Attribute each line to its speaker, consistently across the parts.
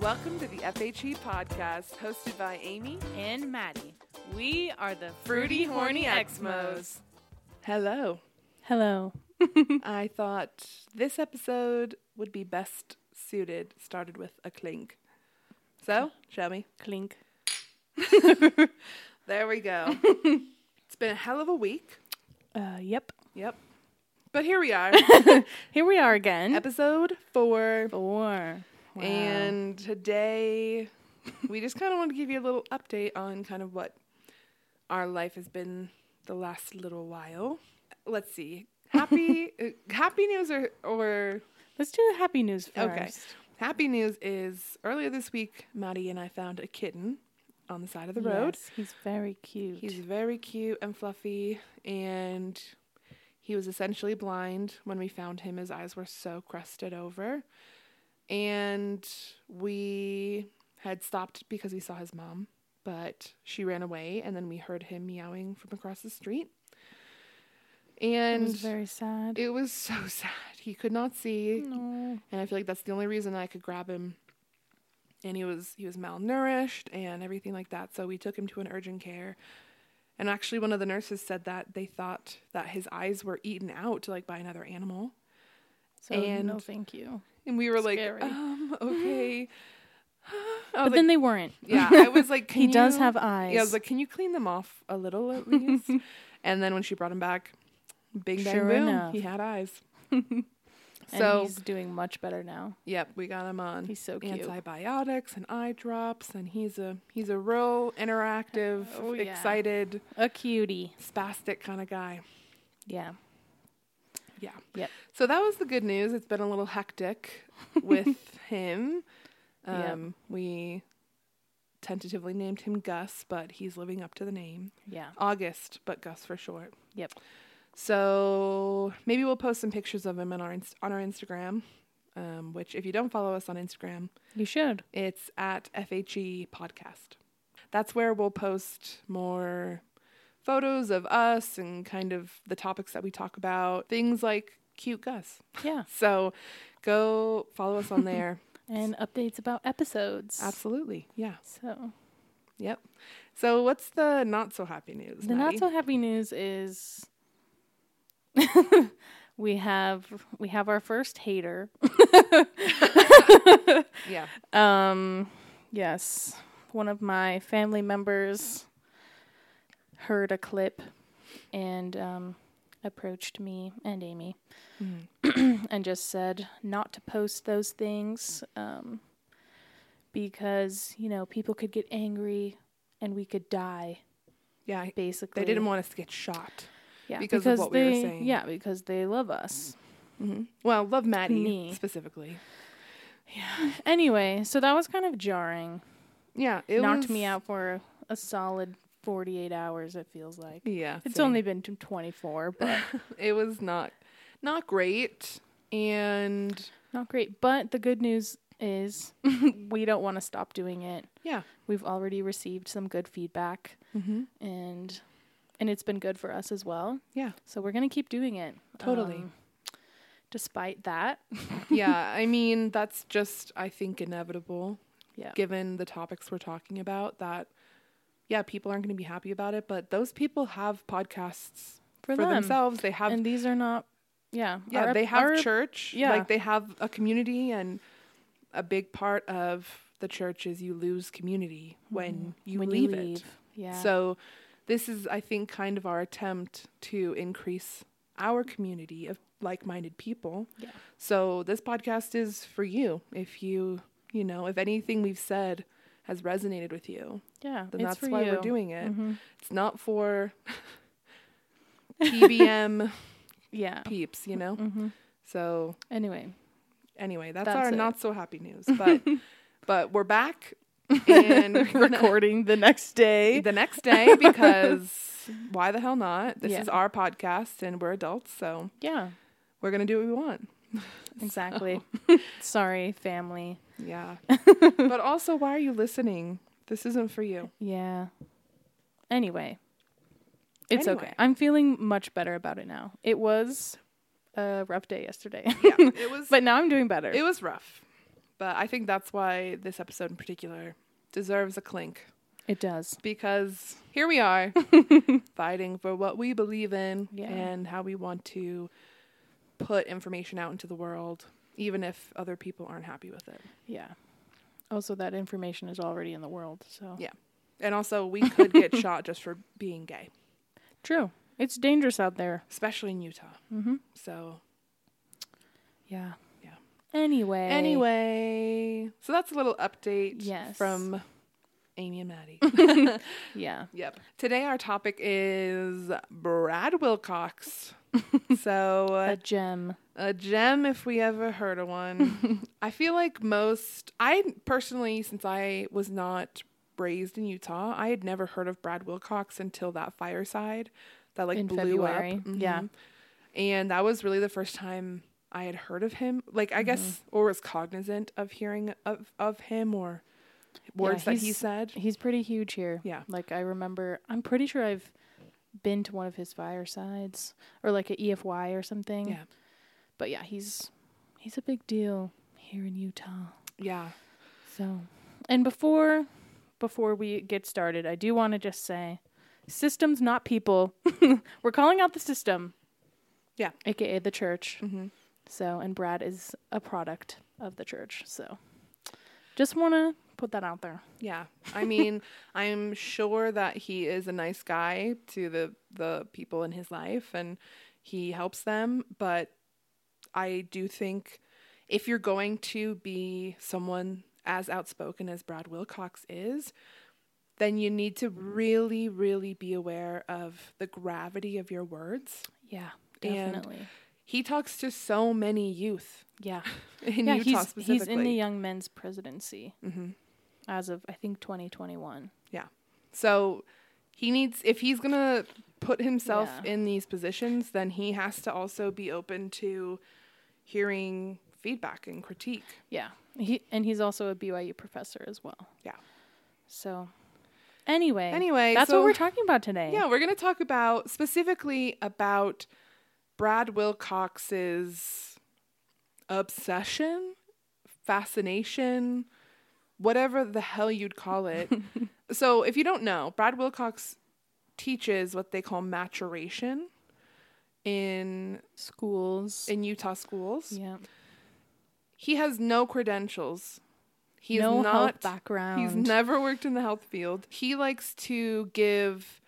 Speaker 1: Welcome to the FHE podcast hosted by Amy.
Speaker 2: and Maddie. We are the
Speaker 1: Fruity Horny Exmos. Hello.
Speaker 2: Hello.
Speaker 1: I thought this episode would be best suited, started with a clink. So, shall we?
Speaker 2: Clink.
Speaker 1: There we go. it's been a hell of a week.
Speaker 2: Uh, yep.
Speaker 1: Yep. But here we are,
Speaker 2: Here we are again.
Speaker 1: episode four.
Speaker 2: four. Wow.
Speaker 1: And today, we just kind of want to give you a little update on kind of what our life has been the last little while. Let's see. Happy, uh, happy news or, or
Speaker 2: let's do the happy news first.
Speaker 1: Okay. Happy news is earlier this week, Maddie and I found a kitten on the side of the road.
Speaker 2: Yes, he's very cute.
Speaker 1: He's very cute and fluffy, and he was essentially blind when we found him. His eyes were so crusted over. And we had stopped because we saw his mom, but she ran away, and then we heard him meowing from across the street.
Speaker 2: It
Speaker 1: And
Speaker 2: was very sad.
Speaker 1: it was so sad. He could not see.
Speaker 2: no.
Speaker 1: and I feel like that's the only reason I could grab him. And he was he was malnourished and everything like that. So we took him to an urgent care. And actually, one of the nurses said that they thought that his eyes were eaten out like by another animal.
Speaker 2: So
Speaker 1: and-
Speaker 2: no, thank you.
Speaker 1: And we were
Speaker 2: Scary.
Speaker 1: like, um, okay. I
Speaker 2: But
Speaker 1: was like,
Speaker 2: then they weren't.
Speaker 1: Oh, yeah, I was like,
Speaker 2: He
Speaker 1: "Can
Speaker 2: does
Speaker 1: you-"
Speaker 2: have eyes.
Speaker 1: Yeah, I was like, can you clean them off a little at least? and then when she brought him back, bing bang
Speaker 2: Sure
Speaker 1: boom,
Speaker 2: enough.
Speaker 1: he had eyes.
Speaker 2: and
Speaker 1: so
Speaker 2: he's doing much better now.
Speaker 1: Yep, we got him on
Speaker 2: He's so cute.
Speaker 1: antibiotics and eye drops, and he's a he's a real interactive,
Speaker 2: Oh, yeah.
Speaker 1: excited,
Speaker 2: A cutie.
Speaker 1: spastic kind of guy.
Speaker 2: Yeah.
Speaker 1: Yeah.
Speaker 2: Yep.
Speaker 1: So that was the good news. It's been a little hectic with him.
Speaker 2: Yep.
Speaker 1: Um, We tentatively named him Gus, but he's living up to the name.
Speaker 2: Yeah.
Speaker 1: August, but Gus for short.
Speaker 2: Yep.
Speaker 1: So maybe we'll post some pictures of him on our inst- on our Instagram. Um, which, if you don't follow us on Instagram,
Speaker 2: You should.
Speaker 1: It's at FHE Podcast. That's where we'll post more photos of us and kind of the topics that we talk about, things like cute Gus.
Speaker 2: Yeah.
Speaker 1: So go follow us on there.
Speaker 2: And updates about episodes.
Speaker 1: Absolutely. Yeah.
Speaker 2: So
Speaker 1: Yep. So what's the not so happy news?
Speaker 2: The
Speaker 1: Maddie?
Speaker 2: not so happy news is we have we have our first hater.
Speaker 1: yeah.
Speaker 2: Um yes, one of my family members heard a clip and um approached me and Amy
Speaker 1: Mm-hmm.
Speaker 2: and just said not to post those things um because, you know, people could get angry and we could die
Speaker 1: Yeah. I-
Speaker 2: basically.
Speaker 1: They didn't want us to get shot.
Speaker 2: Yeah,
Speaker 1: because of what we
Speaker 2: they,
Speaker 1: were saying.
Speaker 2: Yeah, because they love us.
Speaker 1: Well, love Maddie
Speaker 2: Me.
Speaker 1: specifically.
Speaker 2: Anyway, so that was kind of jarring.
Speaker 1: Yeah. It
Speaker 2: Knocked
Speaker 1: was-
Speaker 2: me out for a solid 48 hours, it feels like.
Speaker 1: Yeah.
Speaker 2: It's
Speaker 1: same.
Speaker 2: only been t- 24, but
Speaker 1: it was not not great and
Speaker 2: not great. But the good news is we don't want to stop doing it.
Speaker 1: yeah.
Speaker 2: We've already received some good feedback
Speaker 1: Mm-hmm.
Speaker 2: and and it's been good for us as well.
Speaker 1: Yeah.
Speaker 2: So we're going to keep doing it.
Speaker 1: Totally.
Speaker 2: Um, despite that.
Speaker 1: yeah, I mean, that's just, I think, inevitable
Speaker 2: Yeah.
Speaker 1: given the topics we're talking about. That, yeah, people aren't going to be happy about it, but those people have podcasts for,
Speaker 2: For them.
Speaker 1: themselves. They have,
Speaker 2: and these are not yeah,
Speaker 1: yeah,
Speaker 2: our-
Speaker 1: they have
Speaker 2: our-
Speaker 1: church.
Speaker 2: yeah.
Speaker 1: Like they have a community, and a big part of the church is you lose community when you
Speaker 2: Mm-hmm. when
Speaker 1: leave it.
Speaker 2: Yeah.
Speaker 1: So, this is, I think, kind of our attempt to increase our community of like minded people.
Speaker 2: Yeah.
Speaker 1: So, this podcast is for you. If you, you know, if anything we've said has resonated with you,
Speaker 2: Yeah,
Speaker 1: then
Speaker 2: it's
Speaker 1: that's
Speaker 2: for
Speaker 1: why
Speaker 2: you.
Speaker 1: we're doing it.
Speaker 2: Mhm.
Speaker 1: It's not for TBM
Speaker 2: Yeah.
Speaker 1: peeps, you know?
Speaker 2: hmm
Speaker 1: So,
Speaker 2: Anyway,
Speaker 1: anyway, that's,
Speaker 2: That's
Speaker 1: our
Speaker 2: it.
Speaker 1: not so happy news. But, but we're back and we're gonna-
Speaker 2: recording the next day.
Speaker 1: the next day because why the hell not? This
Speaker 2: Yeah.
Speaker 1: is our podcast and we're adults, so
Speaker 2: Yeah,
Speaker 1: we're gonna do what we want.
Speaker 2: exactly. Sorry, family.
Speaker 1: Yeah. but also, why are you listening? This isn't for you.
Speaker 2: Yeah. Anyway, it's
Speaker 1: Anyway.
Speaker 2: okay. I'm feeling much better about it now. It was a rough day yesterday,
Speaker 1: Yeah, it was.
Speaker 2: but now I'm doing better.
Speaker 1: it was rough, But I think that's why this episode in particular deserves a clink
Speaker 2: It does.
Speaker 1: because here we are fighting for what we believe in
Speaker 2: Yeah.
Speaker 1: and how we want to put information out into the world, even if other people aren't happy with it.
Speaker 2: Yeah. Also, that information is already in the world. So
Speaker 1: Yeah. And also, we could get shot just for being gay,
Speaker 2: true. It's dangerous out there.
Speaker 1: especially in Utah.
Speaker 2: Mm-hmm.
Speaker 1: So,
Speaker 2: Yeah.
Speaker 1: Yeah.
Speaker 2: Anyway.
Speaker 1: anyway, so that's a little update
Speaker 2: Yes.
Speaker 1: from Amy and Maddie.
Speaker 2: Yeah.
Speaker 1: Yep. Today our topic is Brad Wilcox. so uh,
Speaker 2: A gem.
Speaker 1: a gem if we ever heard of one. I feel like most I personally since I was not raised in Utah, I had never heard of Brad Wilcox until that fireside that like
Speaker 2: In
Speaker 1: blew
Speaker 2: February.
Speaker 1: up. Mm-hmm.
Speaker 2: Yeah.
Speaker 1: And that was really the first time I had heard of him. Like I guess
Speaker 2: Mm-hmm.
Speaker 1: or was cognizant of hearing of of him or words that he
Speaker 2: he's-
Speaker 1: said.
Speaker 2: He's pretty huge here.
Speaker 1: Yeah.
Speaker 2: Like I remember, I'm pretty sure I've been to one of his firesides or like a EFY or something.
Speaker 1: Yeah.
Speaker 2: But yeah, he's he's a big deal here in Utah.
Speaker 1: Yeah.
Speaker 2: So, and before before we get started, I do want to just say, systems not people. We're calling out the system.
Speaker 1: Yeah.
Speaker 2: AKA the church.
Speaker 1: Mhm.
Speaker 2: So, and Brad is a product of the church. So, just want to put that out there.
Speaker 1: Yeah. I mean, I'm sure that he is a nice guy to the the people in his life and he helps them, but I do think if you're going to be someone as outspoken as Brad Wilcox is, then you need to really really be aware of the gravity of your words.
Speaker 2: Yeah,
Speaker 1: And
Speaker 2: definitely.
Speaker 1: He talks to so many youth
Speaker 2: yeah.
Speaker 1: in
Speaker 2: yeah,
Speaker 1: Utah
Speaker 2: he's,
Speaker 1: specifically.
Speaker 2: he's in the young men's presidency
Speaker 1: Mhm.
Speaker 2: as of I think 2021.
Speaker 1: So he needs if he's gonna put himself
Speaker 2: Yeah.
Speaker 1: in these positions, then he has to also be open to hearing feedback and critique.
Speaker 2: Yeah. He and he's also a BYU professor as well.
Speaker 1: Yeah.
Speaker 2: So anyway,
Speaker 1: Anyway,
Speaker 2: that's
Speaker 1: so-
Speaker 2: what we're talking about today.
Speaker 1: Yeah, we're gonna talk about specifically about Brad Wilcox's obsession, fascination, whatever the hell you'd call it. so if you don't know, Brad Wilcox teaches what they call maturation in
Speaker 2: Schools.
Speaker 1: in Utah schools.
Speaker 2: yeah.
Speaker 1: He has no credentials. He
Speaker 2: no
Speaker 1: is not
Speaker 2: health background.
Speaker 1: He's never worked in the health field. He likes to give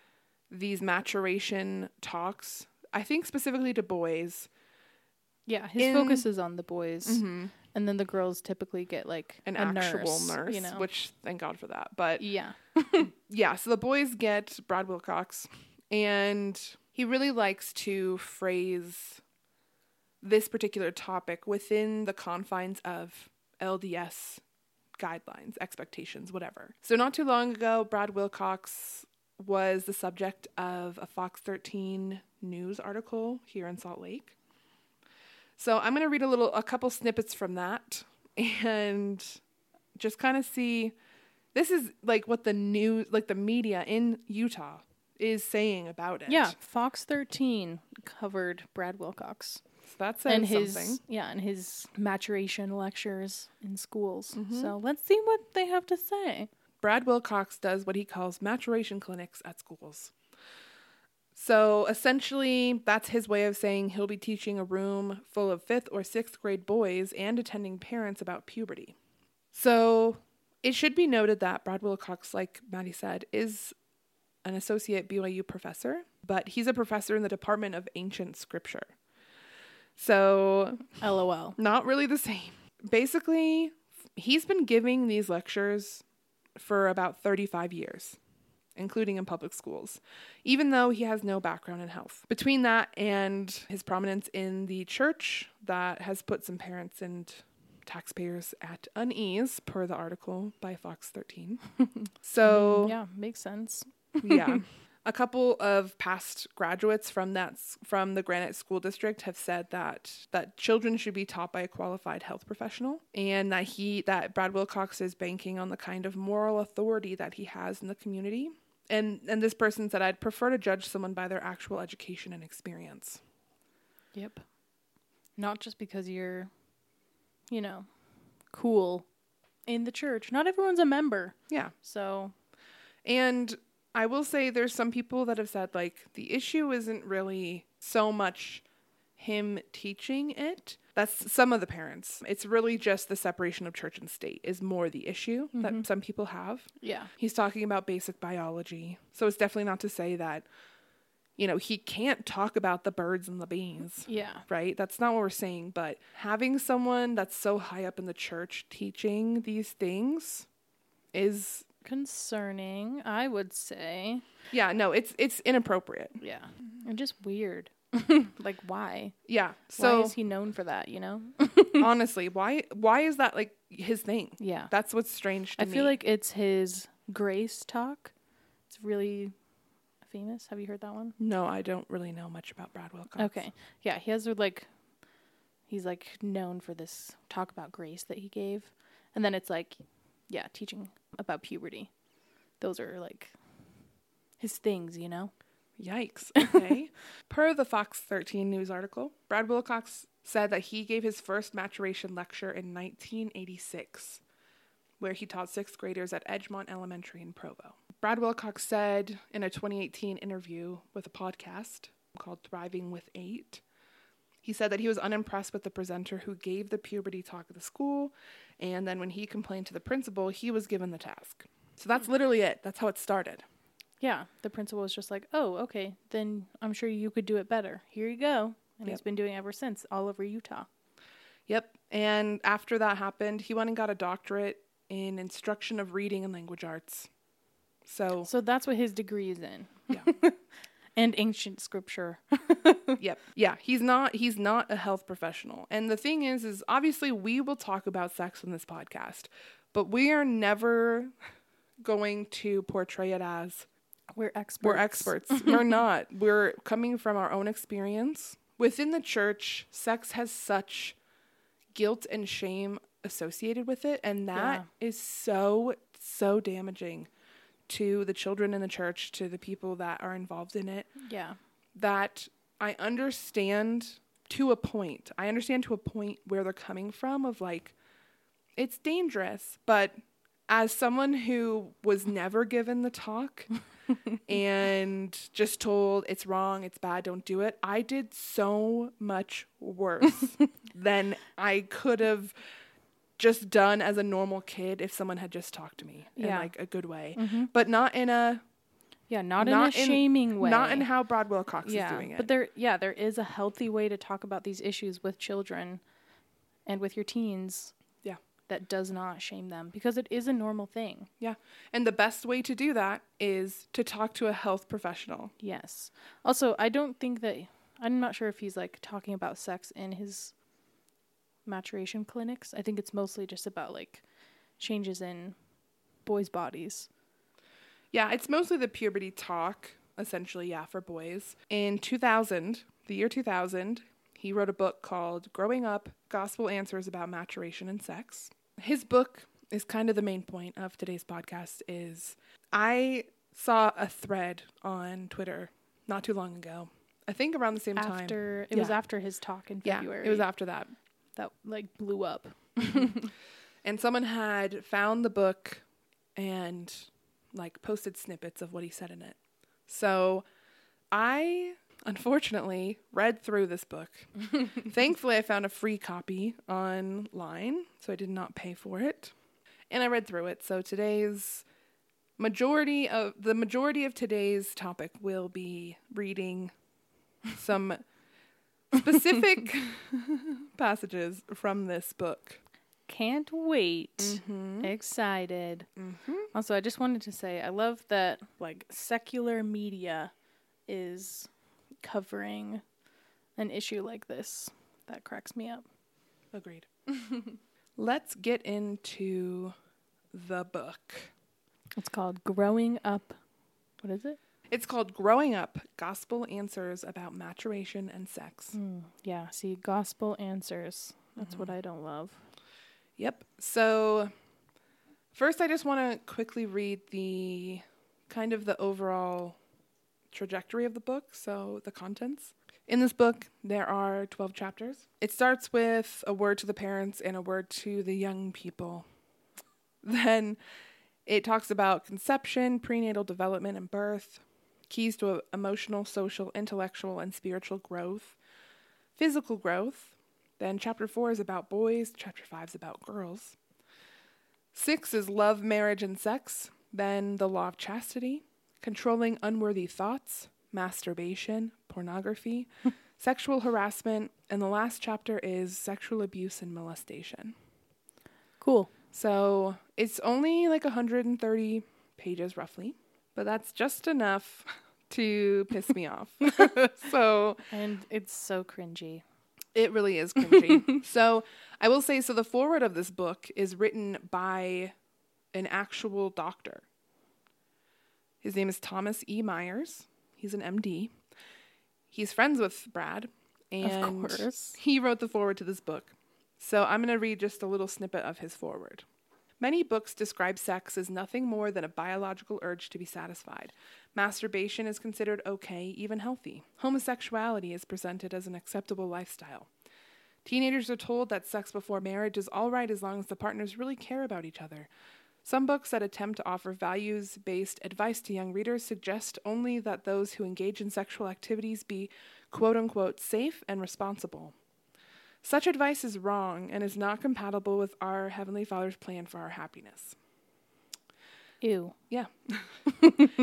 Speaker 1: these maturation talks. I think specifically to boys
Speaker 2: yeah, his
Speaker 1: in- Mm-hmm.
Speaker 2: focus is on the boys, and then the girls typically get like
Speaker 1: an
Speaker 2: a
Speaker 1: actual
Speaker 2: nurse,
Speaker 1: nurse,
Speaker 2: you know.
Speaker 1: which thank God for that. But
Speaker 2: yeah,
Speaker 1: yeah, so the boys get Brad Wilcox, and he really likes to phrase this particular topic within the confines of LDS guidelines, expectations, whatever. So, not too long ago, Brad Wilcox was the subject of a Fox 13 news article here in Salt Lake. So, I'm going to read a little, a couple snippets from that and just kind of see. This is like what the news, like the media in Utah is saying about it.
Speaker 2: yeah. Fox 13 covered Brad Wilcox.
Speaker 1: So that says
Speaker 2: and his
Speaker 1: something.
Speaker 2: yeah and his maturation lectures in schools
Speaker 1: Mm-hmm.
Speaker 2: so let's see what they have to say
Speaker 1: Brad Wilcox does what he calls maturation clinics at schools. So essentially, that's his way of saying he'll be teaching a room full of fifth or sixth grade boys and attending parents about puberty. So it should be noted that Brad Wilcox, like Maddie said, is an associate BYU professor, but he's a professor in the Department of Ancient Scripture. So
Speaker 2: lol
Speaker 1: not really the same. Basically, he's been giving these lectures for about 35 years, including in public schools, even though he has no background in health. Between that and his prominence in the church, that has put some parents and taxpayers at unease, per the article by Fox 13. so,
Speaker 2: yeah makes sense
Speaker 1: yeah. A couple of past graduates from that s- from the Granite School District have said that that children should be taught by a qualified health professional and that he that Brad Wilcox is banking on the kind of moral authority that he has in the community. And and this person said I'd prefer to judge someone by their actual education and experience.
Speaker 2: yep not just because you're you know cool in the church. Not everyone's a member.
Speaker 1: Yeah.
Speaker 2: So,
Speaker 1: And I will say there's some people that have said like the issue isn't really so much him teaching it. That's some of the parents. It's really just the separation of church and state is more the issue that some people have.
Speaker 2: yeah.
Speaker 1: He's talking about basic biology. So it's definitely not to say that you know, he can't talk about the birds and the beans
Speaker 2: Yeah.
Speaker 1: right? That's not what we're saying, but having someone that's so high up in the church teaching these things is
Speaker 2: Concerning, I would say.
Speaker 1: yeah, no, it's it's inappropriate.
Speaker 2: Yeah. And just weird. like, why?
Speaker 1: Yeah. So
Speaker 2: why is he known for that, you know?
Speaker 1: honestly, why why is that like his thing?
Speaker 2: yeah.
Speaker 1: That's what's strange to
Speaker 2: I
Speaker 1: me.
Speaker 2: feel like it's his grace talk. It's really famous. Have you heard that one?
Speaker 1: no, I don't really know much about Brad Wilcox.
Speaker 2: Okay. Yeah, he has like he's like known for this talk about grace that he gave. And then it's like yeah, teaching about puberty. Those are like his things, you know?
Speaker 1: Yikes. Okay. per the Fox 13 news article, Brad Wilcox said that he gave his first maturation lecture in 1986, where he taught sixth graders at Edgemont Elementary in Provo. Brad Wilcox said in a 2018 interview with a podcast called Thriving with Eight, he said that he was unimpressed with the presenter who gave the puberty talk at the school, and then when he complained to the principal, he was given the task. So that's literally it. That's how it started.
Speaker 2: Yeah, the principal was just like, "Oh, okay. Then I'm sure you could do it better. Here you go." And he's
Speaker 1: Yep.
Speaker 2: been doing it ever since all over Utah.
Speaker 1: Yep. And after that happened, he went and got a doctorate in instruction of reading and language arts. So,
Speaker 2: So that's what his degree is in.
Speaker 1: Yeah.
Speaker 2: and ancient scripture.
Speaker 1: yep. Yeah, he's not he's not a health professional. And the thing is is obviously we will talk about sex on this podcast, but we are never going to portray it as
Speaker 2: We're experts.
Speaker 1: We're experts. We're not. We're coming from our own experience. Within the church, sex has such guilt and shame associated with it. And that is so, so damaging to the children in the church, to the people that are involved in it,
Speaker 2: Yeah.
Speaker 1: that I understand to a point. I understand to a point where they're coming from of like, it's dangerous. But as someone who was never given the talk and just told it's wrong, it's bad, don't do it, I did so much worse than I could have just done as a normal kid if someone had just talked to me in
Speaker 2: Yeah.
Speaker 1: like a good way, but not in a
Speaker 2: Yeah, not,
Speaker 1: Not
Speaker 2: in
Speaker 1: in-
Speaker 2: a shaming way.
Speaker 1: not in how Brad Wilcox
Speaker 2: yeah,
Speaker 1: is doing it.
Speaker 2: But there yeah, there is a healthy way to talk about these issues with children and with your teens
Speaker 1: yeah.
Speaker 2: that does not shame them because it is a normal thing.
Speaker 1: Yeah. And the best way to do that is to talk to a health professional.
Speaker 2: Yes. Also, I don't think that I'm not sure if he's like talking about sex in his maturation clinics. I think it's mostly just about like changes in boys' bodies.
Speaker 1: Yeah, it's mostly the puberty talk, essentially, yeah, for boys. In 2000, the year 2000, he wrote a book called Growing Up Gospel Answers About Maturation and Sex. His book is kind of the main point of today's podcast is I saw a thread on Twitter not too long ago. I think around the same time.
Speaker 2: After it was
Speaker 1: Yeah.
Speaker 2: after his talk in
Speaker 1: yeah,
Speaker 2: February.
Speaker 1: it was after that.
Speaker 2: that like blew up.
Speaker 1: and someone had found the book and like posted snippets of what he said in it. So I unfortunately read through this book. Thankfully, I found a free copy online, so I did not pay for it. And I read through it. So today's majority of the majority of today's topic will be reading some specific passages from this book.
Speaker 2: Can't wait. Mm-hmm. Excited. Also, I just wanted to say I love that like secular media is covering an issue like this. That cracks me up.
Speaker 1: Agreed. Let's get into the book.
Speaker 2: It's called Growing Up. What is it?
Speaker 1: It's called Growing Up Gospel Answers About Maturation and Sex.
Speaker 2: Yeah, see, Gospel Answers. That's what I don't love.
Speaker 1: Yep. So, first, I just want to quickly read the kind of the overall trajectory of the book, so the contents. In this book, there are 12 chapters. It starts with a word to the parents and a word to the young people. Then it talks about conception, prenatal development, and birth, keys to emotional, social, intellectual, and spiritual growth, physical growth. Then chapter four is about boys, chapter five is about girls. Six is love, marriage, and sex. Then the law of chastity, controlling unworthy thoughts, masturbation, pornography, sexual harassment, and the last chapter is sexual abuse and molestation.
Speaker 2: Cool.
Speaker 1: So it's only like 130 pages roughly, but that's just enough to piss me off. so
Speaker 2: And it's so cringy.
Speaker 1: it really is cringy. so I will say so the foreword of this book is written by an actual doctor. His name is Thomas E. Myers. He's an MD. He's friends with Brad. And
Speaker 2: course.
Speaker 1: he wrote the foreword to this book. So I'm going to read just a little snippet of his foreword. Many books describe sex as nothing more than a biological urge to be satisfied. Masturbation is considered okay, even healthy. Homosexuality is presented as an acceptable lifestyle. Teenagers are told that sex before marriage is all right as long as the partners really care about each other. Some books that attempt to offer values based advice to young readers suggest only that those who engage in sexual activities be quote unquote safe and responsible. Such advice is wrong and is not compatible with our Heavenly Father's plan for our happiness.
Speaker 2: Ew.
Speaker 1: Yeah.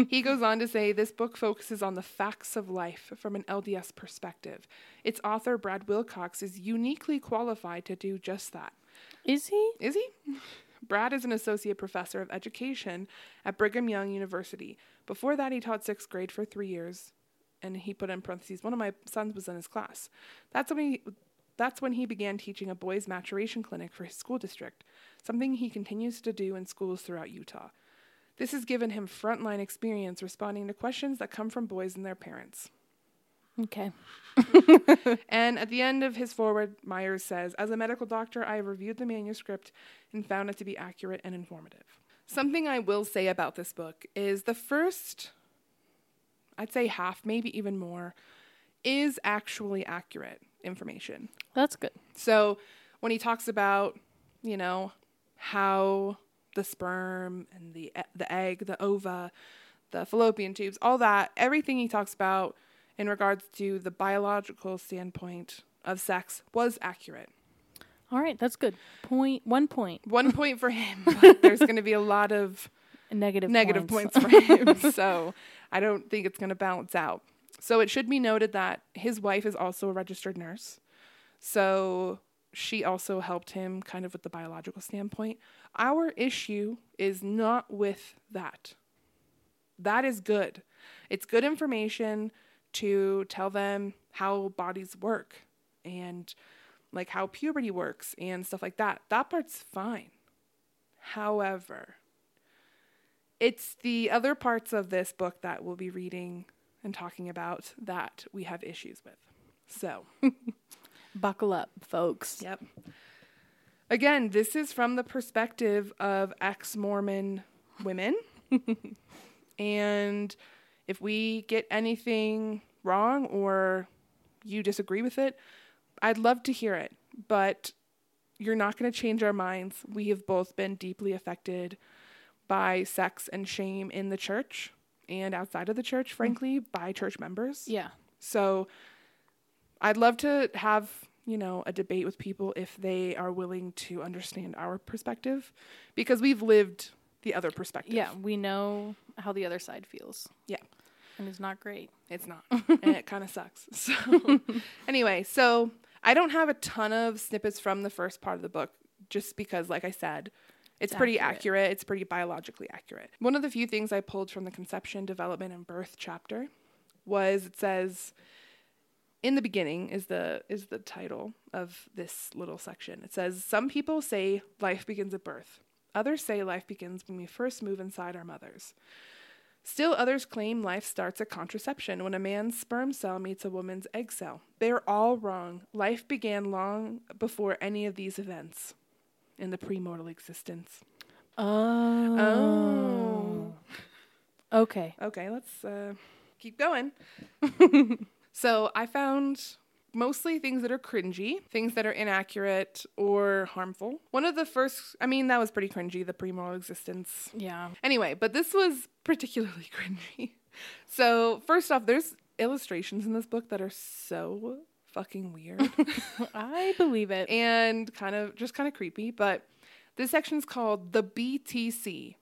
Speaker 1: he goes on to say this book focuses on the facts of life from an LDS perspective. Its author, Brad Wilcox, is uniquely qualified to do just that.
Speaker 2: Is he?
Speaker 1: Is he? Brad is an associate professor of education at Brigham Young University. Before that, he taught sixth grade for three years, and he put in parentheses, one of my sons was in his class. That's when he. That's when he began teaching a boys' maturation clinic for his school district, something he continues to do in schools throughout Utah. This has given him frontline experience responding to questions that come from boys and their parents.
Speaker 2: Okay.
Speaker 1: And at the end of his foreword, Myers says, As a medical doctor, I have reviewed the manuscript and found it to be accurate and informative. Something I will say about this book is the first, I'd say half, maybe even more, is actually accurate information.
Speaker 2: That's good.
Speaker 1: So when he talks about, you know, how the sperm and the e- the egg, the ova, the fallopian tubes, all that, everything he talks about in regards to the biological standpoint of sex was accurate.
Speaker 2: All right, that's good. Point one point.
Speaker 1: One point for him, but there's going to be a lot of
Speaker 2: Negative
Speaker 1: negative
Speaker 2: points.
Speaker 1: points for him. so I don't think it's going to balance out. So it should be noted that his wife is also a registered nurse. So she also helped him kind of with the biological standpoint. Our issue is not with that. That is good. It's good information to tell them how bodies work and like how puberty works and stuff like that. That part's fine. However, it's the other parts of this book that we'll be reading and talking about that we have issues with. So,
Speaker 2: Buckle up, folks.
Speaker 1: yep. Again, this is from the perspective of ex Mormon women. and if we get anything wrong or you disagree with it, I'd love to hear it. But you're not going to change our minds. We have both been deeply affected by sex and shame in the church and outside of the church, frankly, by church members.
Speaker 2: Yeah.
Speaker 1: So I'd love to have, you know, a debate with people if they are willing to understand our perspective because we've lived the other perspective.
Speaker 2: Yeah, we know how the other side feels.
Speaker 1: Yeah.
Speaker 2: And it's not great.
Speaker 1: It's not. and it kind of sucks. So anyway, so I don't have a ton of snippets from the first part of the book just because like I said, it's,
Speaker 2: It's
Speaker 1: pretty
Speaker 2: accurate.
Speaker 1: accurate. It's pretty biologically accurate. One of the few things I pulled from the conception, development and birth chapter was it says in the beginning is the is the title of this little section. It says some people say life begins at birth. Others say life begins when we first move inside our mothers. Still others claim life starts at conception when a man's sperm cell meets a woman's egg cell. They're all wrong. Life began long before any of these events in the premortal existence.
Speaker 2: Oh.
Speaker 1: Oh.
Speaker 2: Okay. Oh.
Speaker 1: Okay, let's uh, keep going. So I found mostly things that are cringy, things that are inaccurate or harmful. One of the first, I mean, that was pretty cringy, the pre-moral existence.
Speaker 2: Yeah.
Speaker 1: Anyway, but this was particularly cringy. So first off, there's illustrations in this book that are so fucking weird
Speaker 2: I believe it.
Speaker 1: and kind of just kind of creepy. But this section's called the BTC.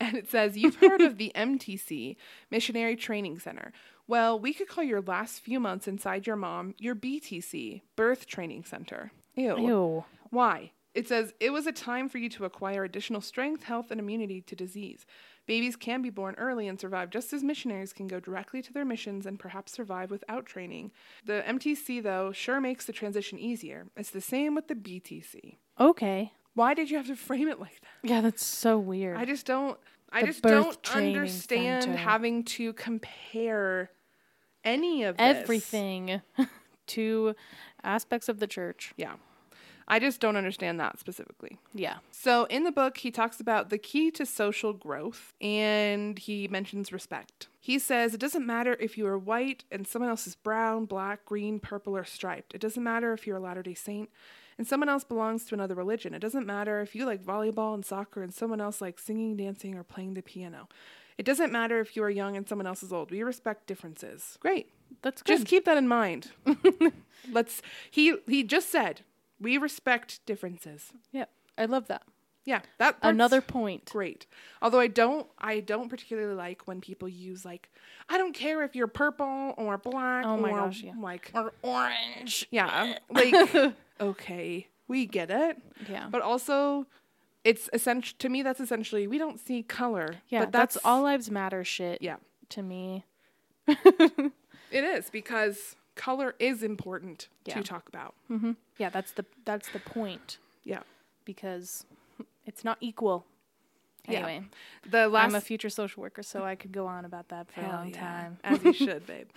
Speaker 1: And it says, You've heard of the MTC, Missionary Training Center. Well, we could call your last few months inside your mom your BTC, Birth Training Center. Ew.
Speaker 2: Ew.
Speaker 1: Why? It says, It was a time for you to acquire additional strength, health, and immunity to disease. Babies can be born early and survive just as missionaries can go directly to their missions and perhaps survive without training. The MTC, though, sure makes the transition easier. It's the same with the BTC.
Speaker 2: Okay.
Speaker 1: Why did you have to frame it like that?
Speaker 2: Yeah, that's so weird.
Speaker 1: I just don't. I
Speaker 2: The
Speaker 1: just
Speaker 2: birth
Speaker 1: don't
Speaker 2: training
Speaker 1: understand
Speaker 2: center.
Speaker 1: having to compare any of this.
Speaker 2: Everything to aspects of the church.
Speaker 1: Yeah, I just don't understand that specifically.
Speaker 2: Yeah.
Speaker 1: So in the book, he talks about the key to social growth, and he mentions respect. He says it doesn't matter if you are white and someone else is brown, black, green, purple, or striped. It doesn't matter if you're a Latter Day Saint and someone else belongs to another religion. It doesn't matter if you like volleyball and soccer and someone else likes singing, dancing, or playing the piano. It doesn't matter if you are young and someone else is old. We respect differences. Great.
Speaker 2: That's good.
Speaker 1: Just keep that in mind. Let's he he just said we respect differences.
Speaker 2: yeah. I love that.
Speaker 1: Yeah, that part's-
Speaker 2: Another point.
Speaker 1: great. Although I don't I don't particularly like when people use like I don't care if you're purple or black
Speaker 2: Oh my
Speaker 1: or
Speaker 2: gosh, yeah.
Speaker 1: like
Speaker 2: Or orange.
Speaker 1: yeah, like okay, we get it.
Speaker 2: Yeah.
Speaker 1: But also it's essential to me that's essentially we don't see color.
Speaker 2: yeah,
Speaker 1: but
Speaker 2: that's, all lives matter shit
Speaker 1: Yeah.
Speaker 2: to me.
Speaker 1: It is because color is important
Speaker 2: Yeah.
Speaker 1: to talk about.
Speaker 2: Yeah, that's the that's the point
Speaker 1: Yeah.
Speaker 2: because it's not equal.
Speaker 1: Yeah.
Speaker 2: Anyway,
Speaker 1: The last
Speaker 2: I'm a future social worker, so I could go on about that for a long time.
Speaker 1: As you should, babe.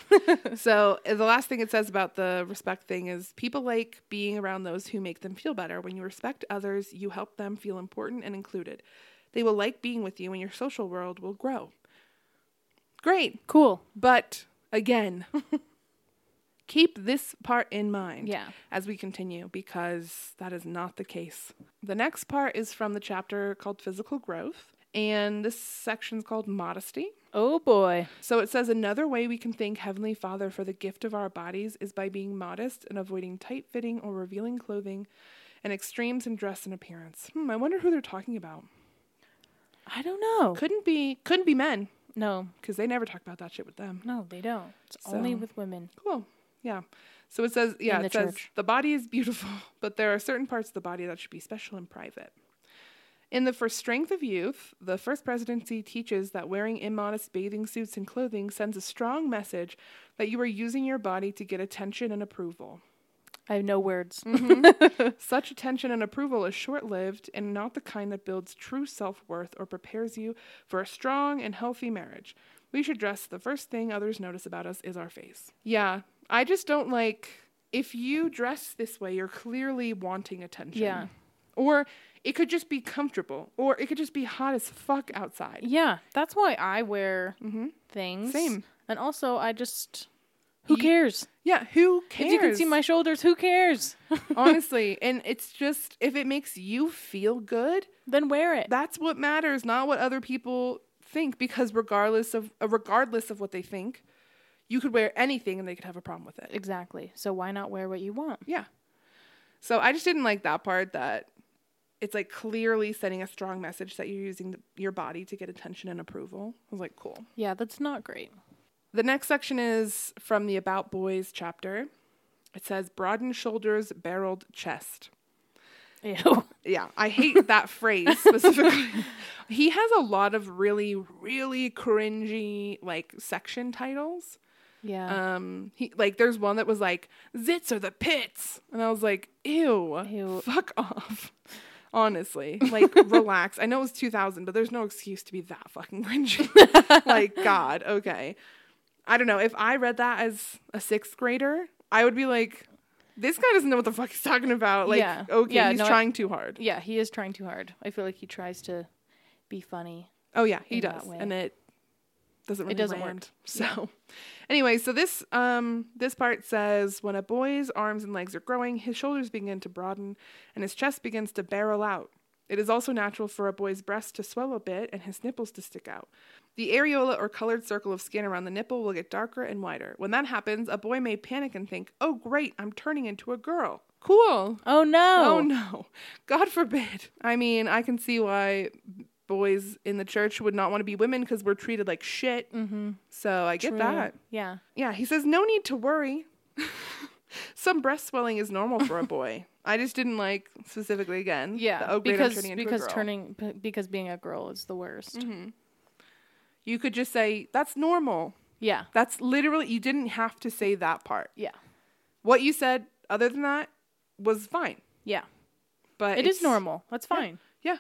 Speaker 1: so uh, the last thing it says about the respect thing is people like being around those who make them feel better. When you respect others, you help them feel important and included. They will like being with you and your social world will grow. Great.
Speaker 2: Cool.
Speaker 1: But again, keep this part in mind
Speaker 2: Yeah.
Speaker 1: as we continue because that is not the case. The next part is from the chapter called Physical Growth, and this section's called Modesty.
Speaker 2: Oh boy.
Speaker 1: So it says another way we can thank Heavenly Father for the gift of our bodies is by being modest and avoiding tight fitting or revealing clothing and extremes in dress and appearance. Hmm, I wonder who they're talking about.
Speaker 2: I don't know.
Speaker 1: Couldn't be couldn't be men
Speaker 2: no,
Speaker 1: because they never talk about that shit with them.
Speaker 2: no, they don't. It's only
Speaker 1: So-
Speaker 2: with women.
Speaker 1: Cool. Yeah. So it says yeah,
Speaker 2: In
Speaker 1: it
Speaker 2: the
Speaker 1: says
Speaker 2: church.
Speaker 1: the body is beautiful, but there are certain parts of the body that should be special and private. In the first strength of youth, the first presidency teaches that wearing immodest bathing suits and clothing sends a strong message that you are using your body to get attention and approval.
Speaker 2: I have no words.
Speaker 1: Such attention and approval is short lived and not the kind that builds true self worth or prepares you for a strong and healthy marriage. We should dress the first thing others notice about us is our face. Yeah, I just don't like if you dress this way, you're clearly wanting attention.
Speaker 2: Yeah.
Speaker 1: Or it could just be comfortable, or it could just be hot as fuck outside.
Speaker 2: yeah, that's why I wear things.
Speaker 1: Same.
Speaker 2: And also, I just who
Speaker 1: Ye-
Speaker 2: cares?
Speaker 1: Yeah, who cares?
Speaker 2: If you can see my shoulders, who cares?
Speaker 1: honestly, and it's just if it makes you feel good,
Speaker 2: then wear it.
Speaker 1: that's what matters not what other people think because regardless of uh, regardless of what they think you could wear anything and they could have a problem with it
Speaker 2: exactly. So why not wear what you want?
Speaker 1: yeah so i just didn't like that part that it's like clearly sending a strong message that you're using the, your body to get attention and approval i was like cool
Speaker 2: Yeah, that's not great.
Speaker 1: the next section is from the about boys chapter it says broadened shoulders barreled chest
Speaker 2: Ew.
Speaker 1: Yeah, I hate that phrase specifically. he has a lot of really, really cringy like section titles.
Speaker 2: Yeah.
Speaker 1: Um, he like there's one that was like zits are the pits, and I was like, ew,
Speaker 2: Ew.
Speaker 1: fuck off. Honestly, like relax. I know it was 2000, but there's no excuse to be that fucking cringy. like God, okay. I don't know. If I read that as a sixth grader, I would be like, this guy doesn't know what the fuck he's talking about. Like,
Speaker 2: Yeah.
Speaker 1: okay,
Speaker 2: Yeah,
Speaker 1: he's
Speaker 2: no, I-
Speaker 1: trying too hard.
Speaker 2: yeah, he is trying too hard. I feel like he tries to be funny.
Speaker 1: Oh yeah, he
Speaker 2: in that
Speaker 1: does,
Speaker 2: way.
Speaker 1: and it doesn't really
Speaker 2: doesn't work.
Speaker 1: land. So, anyway, so this um this part says when a boy's arms and legs are growing, his shoulders begin to broaden and his chest begins to barrel out. It is also natural for a boy's breast to swell a bit and his nipples to stick out. The areola or colored circle of skin around the nipple will get darker and wider. When that happens, a boy may panic and think, "Oh great, I'm turning into a girl." Cool.
Speaker 2: Oh no.
Speaker 1: Oh no. God forbid. I mean, I can see why boys in the church would not want to be women because we're treated like shit. Mm-hmm. So I get that.
Speaker 2: Yeah.
Speaker 1: Yeah, he says, no need to worry. Some breast swelling is normal for a boy. I just didn't like specifically again.
Speaker 2: Yeah.
Speaker 1: the, oh, great, I'm
Speaker 2: because
Speaker 1: turning into a
Speaker 2: because
Speaker 1: girl."
Speaker 2: turning b- because being a girl is the worst.
Speaker 1: You could just say, that's normal.
Speaker 2: Yeah.
Speaker 1: That's literally, you didn't have to say that part.
Speaker 2: Yeah.
Speaker 1: What you said, other than that, was fine.
Speaker 2: Yeah.
Speaker 1: But
Speaker 2: It is
Speaker 1: it's-
Speaker 2: normal. That's fine.
Speaker 1: Yeah.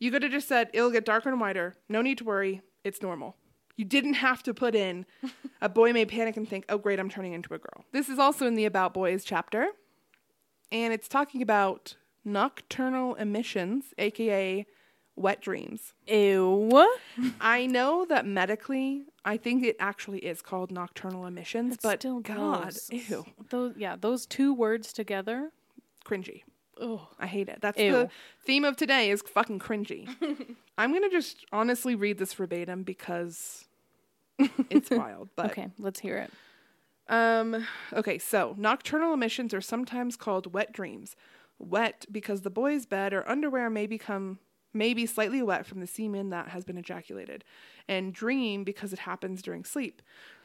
Speaker 1: you could have just said, it'll get darker and wider. No need to worry. It's normal. You didn't have to put in, a boy may panic and think, oh, great, I'm turning into a girl. This is also in the About Boys chapter. And it's talking about nocturnal emissions, AKA wet dreams.
Speaker 2: Ew.
Speaker 1: I know that medically, I think it actually is called nocturnal emissions,
Speaker 2: It's
Speaker 1: but
Speaker 2: still
Speaker 1: God,
Speaker 2: gross.
Speaker 1: ew,
Speaker 2: Those yeah, those two words together.
Speaker 1: cringy.
Speaker 2: Oh.
Speaker 1: I hate it. That's
Speaker 2: Ew.
Speaker 1: the theme of today is fucking cringy. I'm gonna just honestly read this verbatim because it's wild. But
Speaker 2: Okay, let's hear it.
Speaker 1: um, okay, so nocturnal emissions are sometimes called wet dreams. Wet because the boy's bed or underwear may become maybe slightly wet from the semen that has been ejaculated, and dream because it happens during sleep.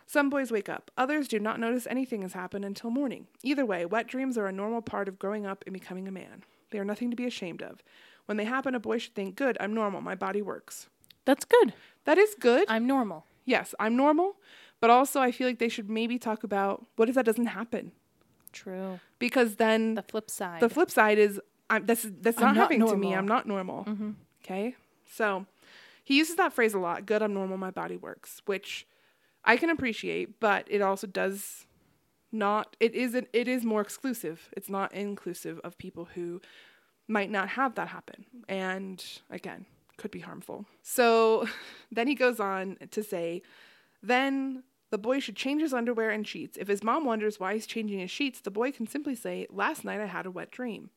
Speaker 1: Some boys wake up, others do not notice anything has happened until morning. Either way, wet dreams are a normal part of growing up and becoming a man. They are nothing to be ashamed of. When they happen, a boy should think, Good, I'm normal, my body works.
Speaker 2: That's good.
Speaker 1: That is good.
Speaker 2: I'm normal.
Speaker 1: Yes, I'm normal, but also I feel like they should maybe talk about what if that doesn't happen?
Speaker 2: True.
Speaker 1: Because then
Speaker 2: The flip side.
Speaker 1: the flip side is I'm, that's that's not,
Speaker 2: I'm not
Speaker 1: happening to me.
Speaker 2: normal. Mm-hmm.
Speaker 1: I'm not normal. Okay, so he uses that phrase a lot. Good, I'm normal. My body works, which I can appreciate, but it also does not. It isn't. It is more exclusive. It's not inclusive of people who might not have that happen, and again, could be harmful. So then he goes on to say, then. The boy should change his underwear and sheets. If his mom wonders why he's changing his sheets, the boy can simply say, Last night I had a wet dream.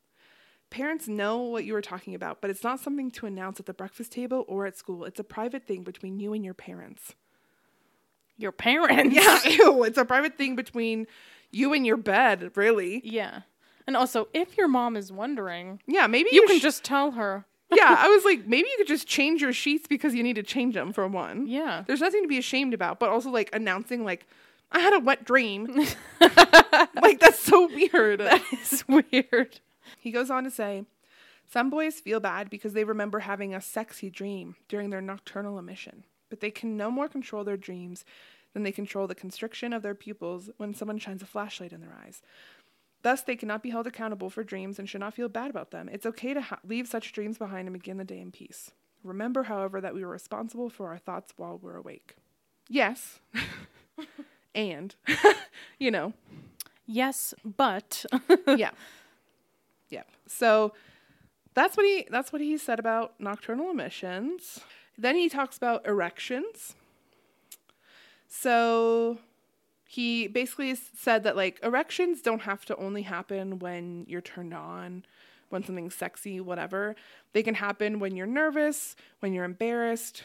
Speaker 1: Parents know what you are talking about, but it's not something to announce at the breakfast table or at school. It's a private thing between you and your parents.
Speaker 2: Your parents.
Speaker 1: Yeah, ew, it's a private thing between you and your bed, really.
Speaker 2: Yeah. And also, if your mom is wondering,
Speaker 1: Yeah, maybe
Speaker 2: you can
Speaker 1: sh-
Speaker 2: just tell her.
Speaker 1: Yeah, I was like, maybe you could just change your sheets because you need to change them for one.
Speaker 2: Yeah.
Speaker 1: There's nothing to be ashamed about, but also like announcing like I had a wet dream. like that's so weird.
Speaker 2: It's weird.
Speaker 1: He goes on to say, Some boys feel bad because they remember having a sexy dream during their nocturnal emission, but they can no more control their dreams than they control the constriction of their pupils when someone shines a flashlight in their eyes. Thus, they cannot be held accountable for dreams and should not feel bad about them. It's okay to ha- leave such dreams behind and begin the day in peace. Remember, however, that we are responsible for our thoughts while we're awake. Yes. and, you know,
Speaker 2: Yes, but
Speaker 1: yeah. Yep. So that's what he that's what he said about nocturnal emissions. Then he talks about erections. So he basically s- said that like erections don't have to only happen when you're turned on, when something's sexy, whatever. They can happen when you're nervous, when you're embarrassed,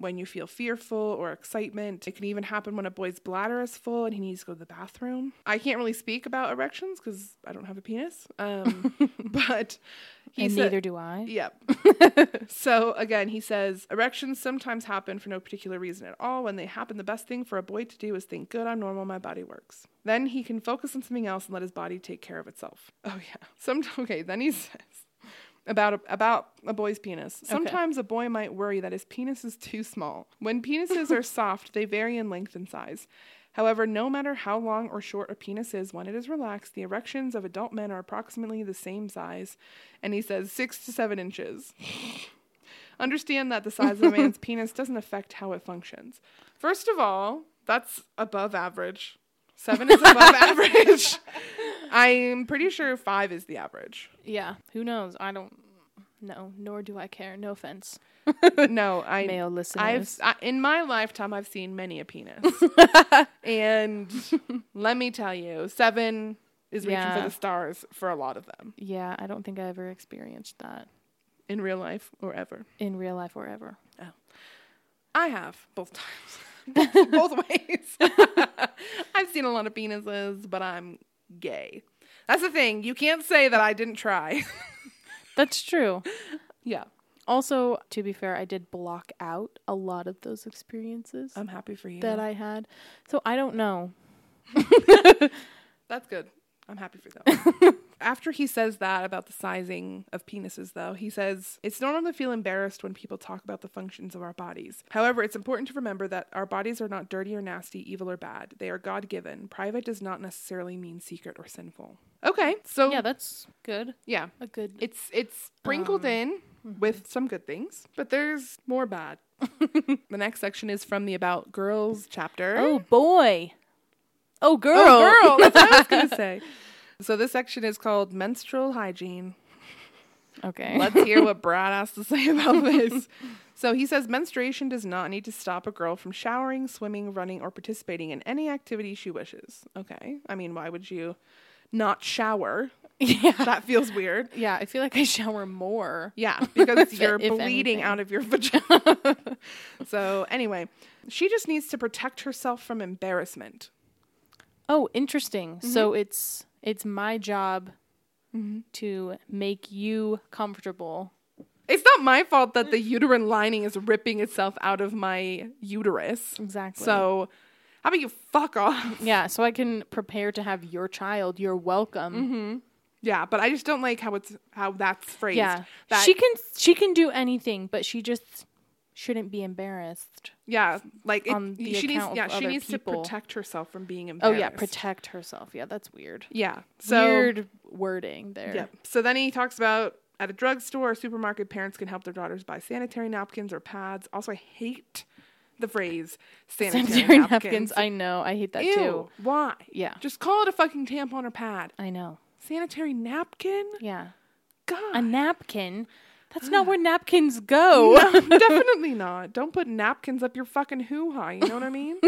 Speaker 1: when you feel fearful or excitement. It can even happen when a boy's bladder is full and he needs to go to the bathroom. I can't really speak about erections because I don't have a penis. Um, but he
Speaker 2: and
Speaker 1: said,
Speaker 2: neither do I.
Speaker 1: Yep. so again, he says erections sometimes happen for no particular reason at all. When they happen, the best thing for a boy to do is think, "Good, I'm normal. My body works." Then he can focus on something else and let his body take care of itself. Oh yeah. Some okay. Then he says about a, about a boy's penis. Sometimes a boy might worry that his penis is too small. When penises are soft, they vary in length and size. However, no matter how long or short a penis is, when it is relaxed, the erections of adult men are approximately the same size, and he says six to seven inches. Understand that the size of a man's penis doesn't affect how it functions. First of all, that's above average. Seven is above average. I'm pretty sure five is the average.
Speaker 2: Yeah. Who knows? I don't. No, nor do I care. No offense,
Speaker 1: no, I
Speaker 2: male
Speaker 1: I've
Speaker 2: listeners.
Speaker 1: I, in my lifetime I've seen many a penis, and let me tell you, seven is reaching
Speaker 2: Yeah.
Speaker 1: for the stars for a lot of them
Speaker 2: yeah, I don't think I ever experienced that
Speaker 1: in real life or ever.
Speaker 2: in real life or ever.
Speaker 1: I have both times, both, both ways. I've seen a lot of penises, but I'm gay. That's the thing. You can't say that I didn't try.
Speaker 2: That's true.
Speaker 1: yeah,
Speaker 2: Also, to be fair, I did block out a lot of those experiences
Speaker 1: I'm happy for you.
Speaker 2: that I had. So I don't know.
Speaker 1: That's good. I'm happy for that. After he says that about the sizing of penises, though, he says, It's normal to feel embarrassed when people talk about the functions of our bodies. However, it's important to remember that our bodies are not dirty or nasty, evil or bad. They are God given. Private does not necessarily mean secret or sinful. Okay, so
Speaker 2: Yeah,
Speaker 1: yeah,
Speaker 2: that's good. A good.
Speaker 1: it's it's sprinkled in with some good things, but there's more bad. the next section is from the About Girls chapter.
Speaker 2: Oh boy. Oh girl.
Speaker 1: Oh, girl. That's what I was going to say. So this section is called menstrual hygiene.
Speaker 2: Okay.
Speaker 1: Let's hear what Brad has to say about this. So he says menstruation does not need to stop a girl from showering, swimming, running, or participating in any activity she wishes. Okay. I mean, why would you not shower?
Speaker 2: Yeah.
Speaker 1: That feels weird.
Speaker 2: Yeah, I feel like I shower more.
Speaker 1: Yeah, because
Speaker 2: If-
Speaker 1: you're
Speaker 2: if
Speaker 1: bleeding
Speaker 2: anything.
Speaker 1: out of your vagina. so anyway, she just needs to protect herself from embarrassment.
Speaker 2: Oh, interesting. So
Speaker 1: Mm-hmm.
Speaker 2: it's it's my job to make you comfortable.
Speaker 1: It's not my fault that the uterine lining is ripping itself out of my uterus.
Speaker 2: Exactly.
Speaker 1: So, how about you fuck off?
Speaker 2: yeah, so I can prepare to have your child. You're welcome.
Speaker 1: Mm-hmm. Yeah, but I just don't like how it's how that's phrased.
Speaker 2: Yeah.
Speaker 1: That,
Speaker 2: she can she can do anything, but she just shouldn't be embarrassed.
Speaker 1: yeah, like it,
Speaker 2: on the
Speaker 1: she needs
Speaker 2: account of
Speaker 1: yeah, she
Speaker 2: other
Speaker 1: needs to
Speaker 2: people.
Speaker 1: protect herself from being
Speaker 2: Oh
Speaker 1: embarrassed.
Speaker 2: yeah, protect herself. Yeah, that's weird.
Speaker 1: Yeah. So
Speaker 2: weird wording there.
Speaker 1: Yep. So then he talks about at a drugstore or supermarket, parents can help their daughters buy sanitary napkins or pads. Also, I hate the phrase sanitary,
Speaker 2: Sanitary napkins.
Speaker 1: napkins.
Speaker 2: I know. I hate that
Speaker 1: Ew,
Speaker 2: too.
Speaker 1: Why?
Speaker 2: Yeah.
Speaker 1: Just call it a fucking tampon or pad.
Speaker 2: I know.
Speaker 1: Sanitary napkin?
Speaker 2: Yeah.
Speaker 1: God.
Speaker 2: A napkin? That's not where napkins go.
Speaker 1: No, definitely not. Don't put napkins up your fucking hoo ha. You know what I mean?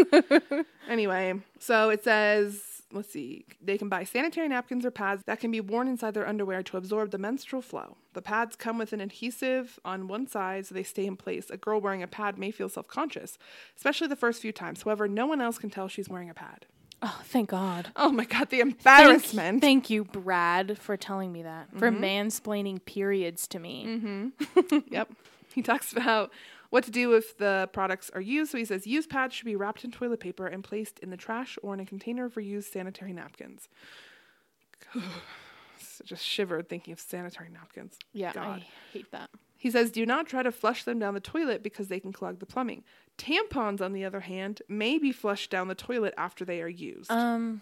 Speaker 1: anyway, so it says, let's see, they can buy sanitary napkins or pads that can be worn inside their underwear to absorb the menstrual flow. The pads come with an adhesive on one side so they stay in place. A girl wearing a pad may feel self conscious, especially the first few times. However, no one else can tell she's wearing a pad.
Speaker 2: Oh, thank God.
Speaker 1: Oh my God, the
Speaker 2: Thank-
Speaker 1: embarrassment. Mm-hmm.
Speaker 2: Thank, you, Brad, for telling me that. For mansplaining periods to me.
Speaker 1: Yep. He talks about what to do if the products are used. So he says used pads should be wrapped in toilet paper and placed in the trash or in a container for used sanitary napkins. So just shivered thinking of sanitary napkins.
Speaker 2: Yeah,
Speaker 1: God.
Speaker 2: I hate that.
Speaker 1: He says do not try to flush them down the toilet because they can clog the plumbing. Tampons, on the other hand, may be flushed down the toilet after they are used.
Speaker 2: Um,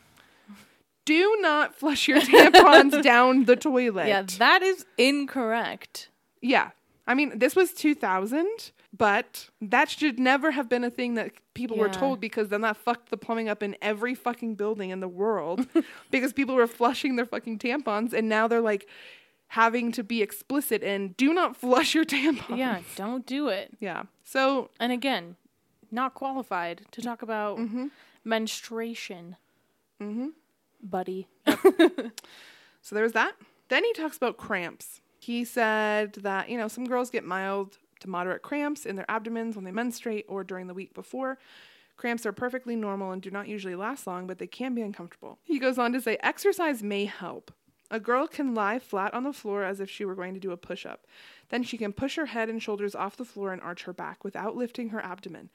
Speaker 1: do not flush your tampons down the toilet.
Speaker 2: yeah, that is incorrect.
Speaker 1: Yeah. I mean, this was 2000, but that should never have been a thing that people were
Speaker 2: Yeah.
Speaker 1: told because then that fucked the plumbing up in every fucking building in the world because people were flushing their fucking tampons and now they're like having to be explicit and do not flush your tampons.
Speaker 2: Yeah, don't do it.
Speaker 1: Yeah. So,
Speaker 2: And again, not qualified to talk about
Speaker 1: Mm-hmm.
Speaker 2: menstruation, buddy.
Speaker 1: so there was that. Then he talks about cramps. He said that, you know, some girls get mild to moderate cramps in their abdomens when they menstruate or during the week before. Cramps are perfectly normal and do not usually last long, but they can be uncomfortable. He goes on to say exercise may help. A girl can lie flat on the floor as if she were going to do a push up. Then she can push her head and shoulders off the floor and arch her back without lifting her abdomen.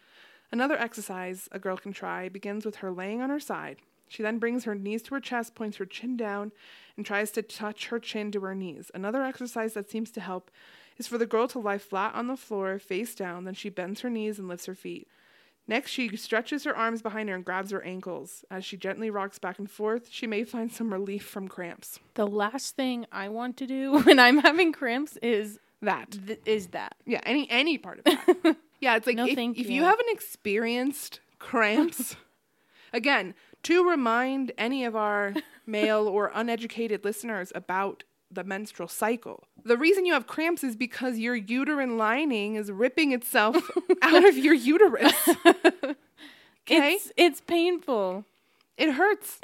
Speaker 1: Another exercise a girl can try begins with her laying on her side. She then brings her knees to her chest, points her chin down, and tries to touch her chin to her knees. Another exercise that seems to help is for the girl to lie flat on the floor, face down, then she bends her knees and lifts her feet. Next, she stretches her arms behind her and grabs her ankles. As she gently rocks back and forth, she may find some relief from cramps.
Speaker 2: The last thing I want to do when I'm having cramps is
Speaker 1: That.
Speaker 2: th- is that.
Speaker 1: Yeah, any any part of that. yeah, it's like
Speaker 2: No,
Speaker 1: if,
Speaker 2: thank
Speaker 1: if you
Speaker 2: you.
Speaker 1: haven't experienced cramps, again, to remind any of our male or uneducated listeners about the menstrual cycle. The reason you have cramps is because your uterine lining is ripping itself out of your uterus. Okay?
Speaker 2: It's, it's painful.
Speaker 1: It hurts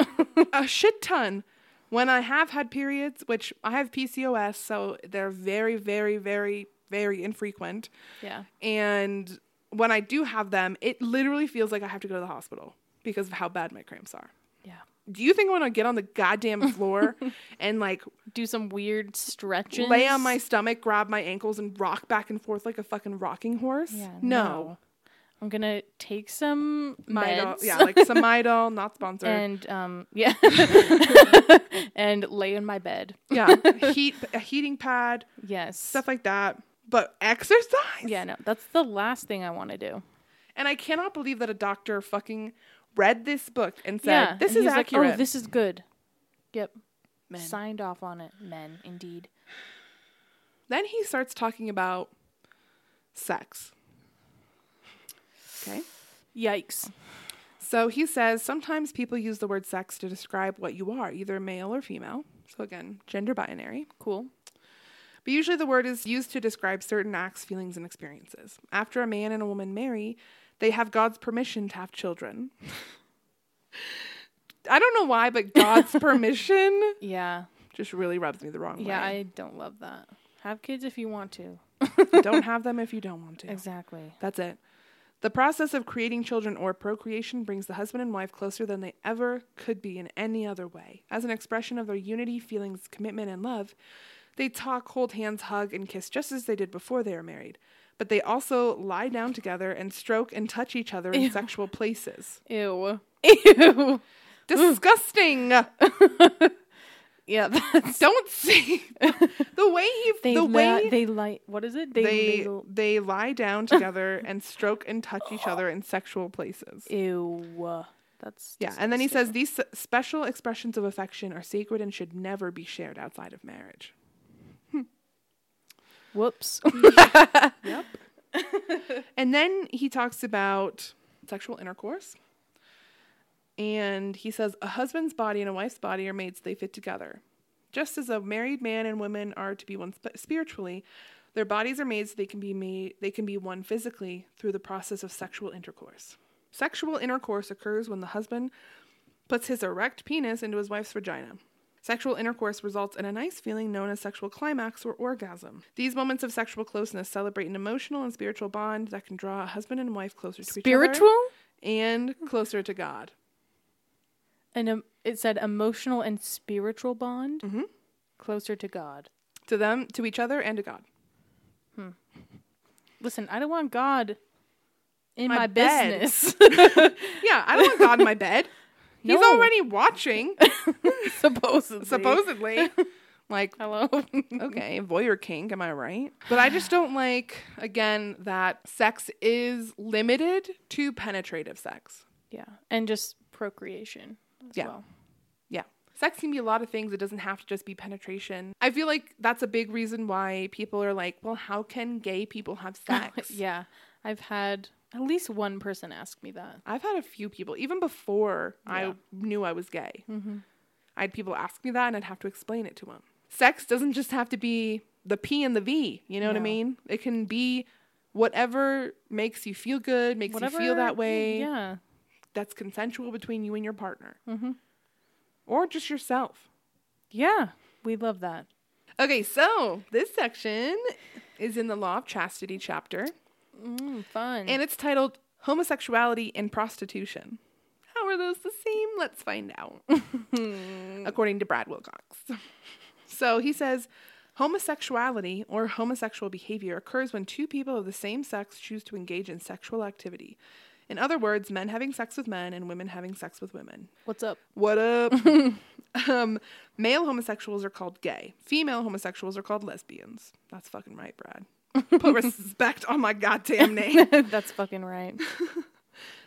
Speaker 1: a shit ton. When I have had periods, which I have PCOS, so they're very, very, very, very infrequent.
Speaker 2: Yeah.
Speaker 1: And when I do have them, it literally feels like I have to go to the hospital because of how bad my cramps are.
Speaker 2: Yeah.
Speaker 1: Do you think I'm gonna get on the goddamn floor and like
Speaker 2: Do some weird stretches.
Speaker 1: lay on my stomach, grab my ankles, and rock back and forth like a fucking rocking horse?
Speaker 2: Yeah,
Speaker 1: no.
Speaker 2: I'm gonna take some
Speaker 1: Midol,
Speaker 2: meds
Speaker 1: yeah, like some Midol, not sponsored.
Speaker 2: and um yeah, and lay in my bed.
Speaker 1: yeah, heat, a heating pad,
Speaker 2: Yes.
Speaker 1: stuff like that. But exercise?
Speaker 2: yeah. No, that's the last thing I want to do.
Speaker 1: And I cannot believe that a doctor fucking read this book and said,
Speaker 2: yeah.
Speaker 1: this
Speaker 2: and
Speaker 1: is
Speaker 2: he's like,
Speaker 1: accurate.
Speaker 2: oh, this is good. Yep.
Speaker 1: Men.
Speaker 2: Signed off on it. Men, indeed.
Speaker 1: then he starts talking about sex. Okay.
Speaker 2: Yikes.
Speaker 1: So he says sometimes people use the word sex to describe what you are, either male or female. So again, gender binary.
Speaker 2: Cool.
Speaker 1: But usually the word is used to describe certain acts, feelings, and experiences. After a man and a woman marry, they have God's permission to have children. I don't know why, but God's permission
Speaker 2: Yeah.
Speaker 1: just really rubs me the wrong
Speaker 2: Yeah,
Speaker 1: way.
Speaker 2: I don't love that. Have kids if you want to.
Speaker 1: don't have them if you don't want to.
Speaker 2: Exactly.
Speaker 1: That's it. The process of creating children or procreation brings the husband and wife closer than they ever could be in any other way. As an expression of their unity, feelings, commitment, and love, they talk, hold hands, hug, and kiss just as they did before they are married. But they also lie down together and stroke and touch each other in sexual places.
Speaker 2: Ew. Ew.
Speaker 1: Disgusting!
Speaker 2: Yeah, that's
Speaker 1: Don't see the way he
Speaker 2: they
Speaker 1: the
Speaker 2: li-
Speaker 1: way
Speaker 2: they like what is it? They,
Speaker 1: they
Speaker 2: little-
Speaker 1: they lie down together and stroke and touch each other in sexual places.
Speaker 2: ew. That's
Speaker 1: Yeah, and then he
Speaker 2: disgusting.
Speaker 1: says these s- special expressions of affection are sacred and should never be shared outside of marriage.
Speaker 2: whoops.
Speaker 1: Yep. and then he talks about sexual intercourse. And he says a husband's body and a wife's body are made so they fit together. Just as a married man and woman are to be one sp- spiritually, their bodies are made so they can be made they can be one physically through the process of sexual intercourse. Sexual intercourse occurs when the husband puts his erect penis into his wife's vagina. Sexual intercourse results in a nice feeling known as sexual climax or orgasm. These moments of sexual closeness celebrate an emotional and spiritual bond that can draw a husband and wife closer to each other
Speaker 2: Spiritual?
Speaker 1: and closer to God.
Speaker 2: And um, it said emotional and spiritual bond. Mm-hmm. Closer to God.
Speaker 1: To them, to each other, and to God.
Speaker 2: Listen, I don't want God in
Speaker 1: My
Speaker 2: my,
Speaker 1: bed.
Speaker 2: business.
Speaker 1: Yeah, I don't want God in my bed. He's
Speaker 2: No.
Speaker 1: already watching,
Speaker 2: Supposedly.
Speaker 1: supposedly. like,
Speaker 2: Hello.
Speaker 1: okay, voyeur kink, am I right? But I just don't like, again, that sex is limited to penetrative sex.
Speaker 2: yeah. And just procreation as
Speaker 1: Yeah.
Speaker 2: well.
Speaker 1: Yeah. Sex can be a lot of things. It doesn't have to just be penetration. I feel like that's a big reason why people are like, well, how can gay people have sex?
Speaker 2: Yeah. I've had at least one person ask me that.
Speaker 1: I've had a few people, even before I
Speaker 2: Yeah. Mm-hmm.
Speaker 1: knew I was gay, I had people ask me that and I'd have to explain it to them. Sex doesn't just have to be the P and the V, you know what I
Speaker 2: No.
Speaker 1: mean? It can be whatever makes you feel good, makes you feel that way,
Speaker 2: Yeah. Mm-hmm.
Speaker 1: that's consensual between you and your partner, or just yourself.
Speaker 2: Yeah. We love that.
Speaker 1: Okay, so this section is in the Law of Chastity chapter,
Speaker 2: Mm, fun.
Speaker 1: and it's titled Homosexuality and Prostitution. How are those the same? Let's find out. According to Brad Wilcox. So he says homosexuality or homosexual behavior occurs when two people of the same sex choose to engage in sexual activity. In other words, men having sex with men and women having sex with women.
Speaker 2: What's up?
Speaker 1: What up? um, male homosexuals are called gay. Female homosexuals are called lesbians. That's fucking right, Brad. Put respect on my goddamn name.
Speaker 2: That's fucking right.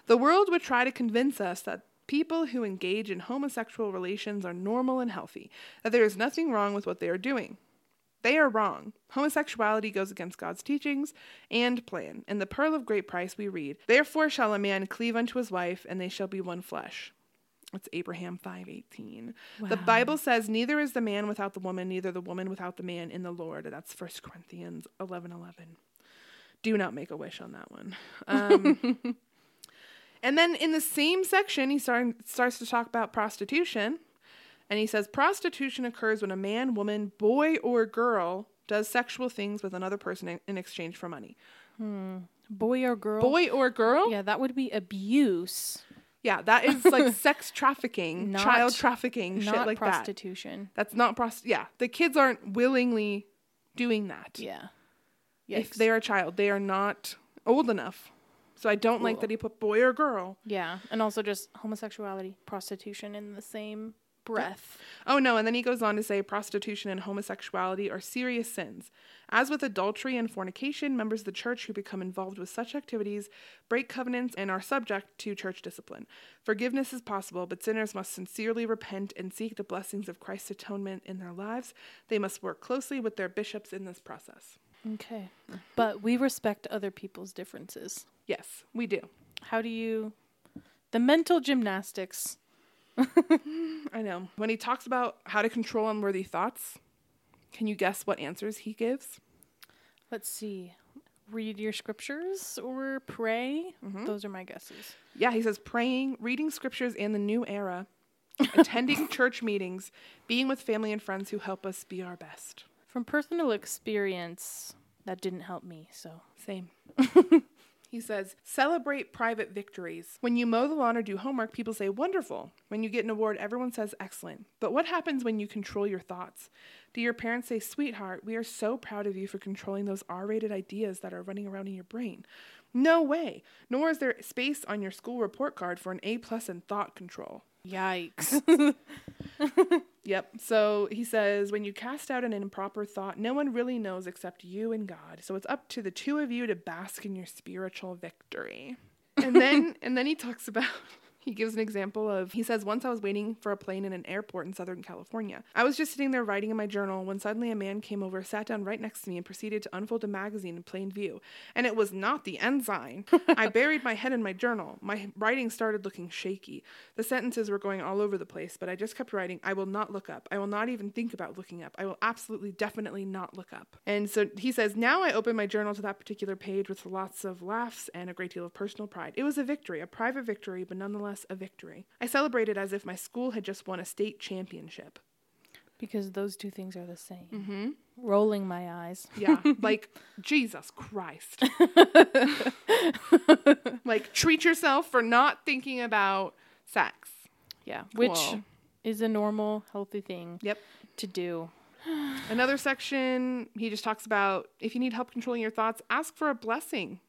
Speaker 1: The world would try to convince us that people who engage in homosexual relations are normal and healthy, that there is nothing wrong with what they are doing. They are wrong. Homosexuality goes against God's teachings and plan. In the Pearl of Great Price, we read, Therefore shall a man cleave unto his wife, and they shall be one flesh. It's Abraham 5:18. The Bible says neither is the man without the woman, neither the woman without the man in the Lord. That's 1 Corinthians 11:11. Do not make a wish on that one. Um, and then in the same section, he starting, starts to talk about prostitution. And he says prostitution occurs when a man, woman, boy, or girl does sexual things with another person in, in exchange for money.
Speaker 2: Boy or girl?
Speaker 1: Boy or girl?
Speaker 2: Yeah, that would be abuse,
Speaker 1: Yeah, that is like sex trafficking,
Speaker 2: Not-
Speaker 1: child trafficking, shit
Speaker 2: not
Speaker 1: like that.
Speaker 2: prostitution.
Speaker 1: That's not prost. Yeah, the kids aren't willingly doing that.
Speaker 2: Yeah.
Speaker 1: If
Speaker 2: Yikes.
Speaker 1: they're a child, they are not old enough. So I don't like
Speaker 2: Cool.
Speaker 1: that he put boy or girl.
Speaker 2: Yeah, and also just homosexuality, prostitution in the same breath.
Speaker 1: Oh no, and then he goes on to say prostitution and homosexuality are serious sins. As with adultery and fornication, members of the church who become involved with such activities break covenants and are subject to church discipline. Forgiveness is possible, but sinners must sincerely repent and seek the blessings of Christ's atonement in their lives. They must work closely with their bishops in this process.
Speaker 2: Okay. But we respect other people's differences.
Speaker 1: Yes, we do.
Speaker 2: How do you the mental gymnastics?
Speaker 1: I know. When he talks about how to control unworthy thoughts, can you guess what answers he gives?
Speaker 2: Let's see. Read your scriptures or pray? Those are my guesses.
Speaker 1: Yeah, he says praying, reading scriptures and the new era, attending church meetings, being with family and friends who help us be our best.
Speaker 2: From personal experience, that didn't help me, so
Speaker 1: Same. he says, celebrate private victories. When you mow the lawn or do homework, people say wonderful. When you get an award, everyone says excellent. But what happens when you control your thoughts? Do your parents say, sweetheart, we are so proud of you for controlling those R rated ideas that are running around in your brain? No way. Nor is there space on your school report card for an A plus in thought control.
Speaker 2: yikes.
Speaker 1: Yep. So he says, when you cast out an improper thought, no one really knows except you and God. So it's up to the two of you to bask in your spiritual victory. And then and then he talks about he gives an example of he says once I was waiting for a plane in an airport in Southern California. I was just sitting there writing in my journal when suddenly a man came over, sat down right next to me and proceeded to unfold a magazine in plain view. And it was not the ensign. I buried my head in my journal. My writing started looking shaky. The sentences were going all over the place, but I just kept writing, I will not look up. I will not even think about looking up. I will absolutely, definitely not look up. And so he says, Now I open my journal to that particular page with lots of laughs and a great deal of personal pride. It was a victory, a private victory, but nonetheless a victory. I celebrated as if my school had just won a state championship.
Speaker 2: because those two things are the same. Mm-hmm. Rolling my eyes.
Speaker 1: Yeah, like Jesus Christ. like treat yourself for not thinking about sex.
Speaker 2: Yeah, which
Speaker 1: Whoa.
Speaker 2: is a normal, healthy thing
Speaker 1: Yep.
Speaker 2: to do.
Speaker 1: Another section, he just talks about if you need help controlling your thoughts, ask for a blessing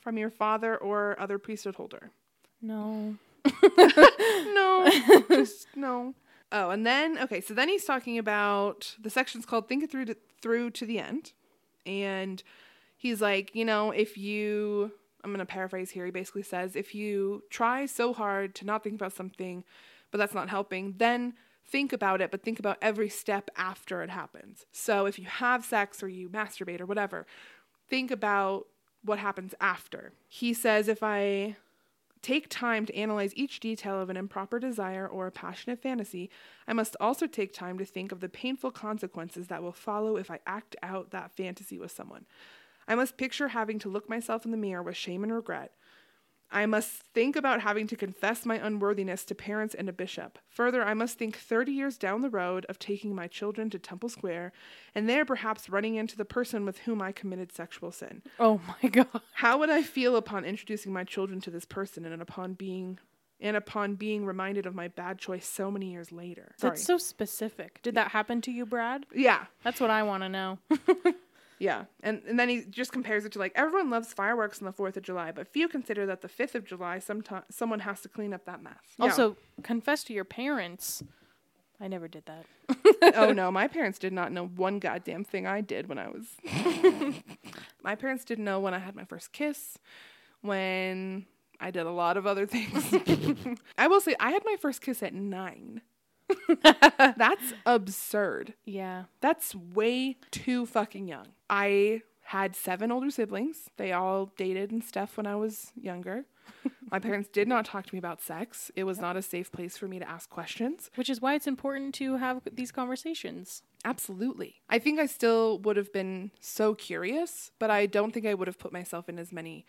Speaker 1: from your father or other priesthood holder.
Speaker 2: No.
Speaker 1: No, just no. Oh, and then okay, so then he's talking about the section's called "Think It Through to, Through to the End," and he's like, you know, if you, I'm gonna paraphrase here. He basically says, if you try so hard to not think about something, but that's not helping, then think about it, but think about every step after it happens. So if you have sex or you masturbate or whatever, think about what happens after. He says, if I Take time to analyze each detail of an improper desire or a passionate fantasy. I must also take time to think of the painful consequences that will follow if I act out that fantasy with someone. I must picture having to look myself in the mirror with shame and regret. I must think about having to confess my unworthiness to parents and a bishop. Further, I must think 30 years down the road of taking my children to Temple Square and there perhaps running into the person with whom I committed sexual sin.
Speaker 2: Oh my god.
Speaker 1: How would I feel upon introducing my children to this person and upon being and upon being reminded of my bad choice so many years later? Sorry.
Speaker 2: That's so specific. Did that happen to you, Brad?
Speaker 1: yeah.
Speaker 2: That's what I want to know.
Speaker 1: Yeah. And and then he just compares it to like everyone loves fireworks on the 4th of July, but few consider that the 5th of July sometime someone has to clean up that mess. Yeah.
Speaker 2: Also, confess to your parents. I never did that.
Speaker 1: oh no, my parents did not know one goddamn thing I did when I was. my parents didn't know when I had my first kiss, when I did a lot of other things. I will say I had my first kiss at nine. That's absurd.
Speaker 2: Yeah.
Speaker 1: That's way too fucking young. I had seven older siblings. They all dated and stuff when I was younger. My parents did not talk to me about sex. It was not a safe place for me to ask questions.
Speaker 2: Which is why it's important to have these conversations.
Speaker 1: Absolutely. I think I still would have been so curious, but I don't think I would have put myself in as many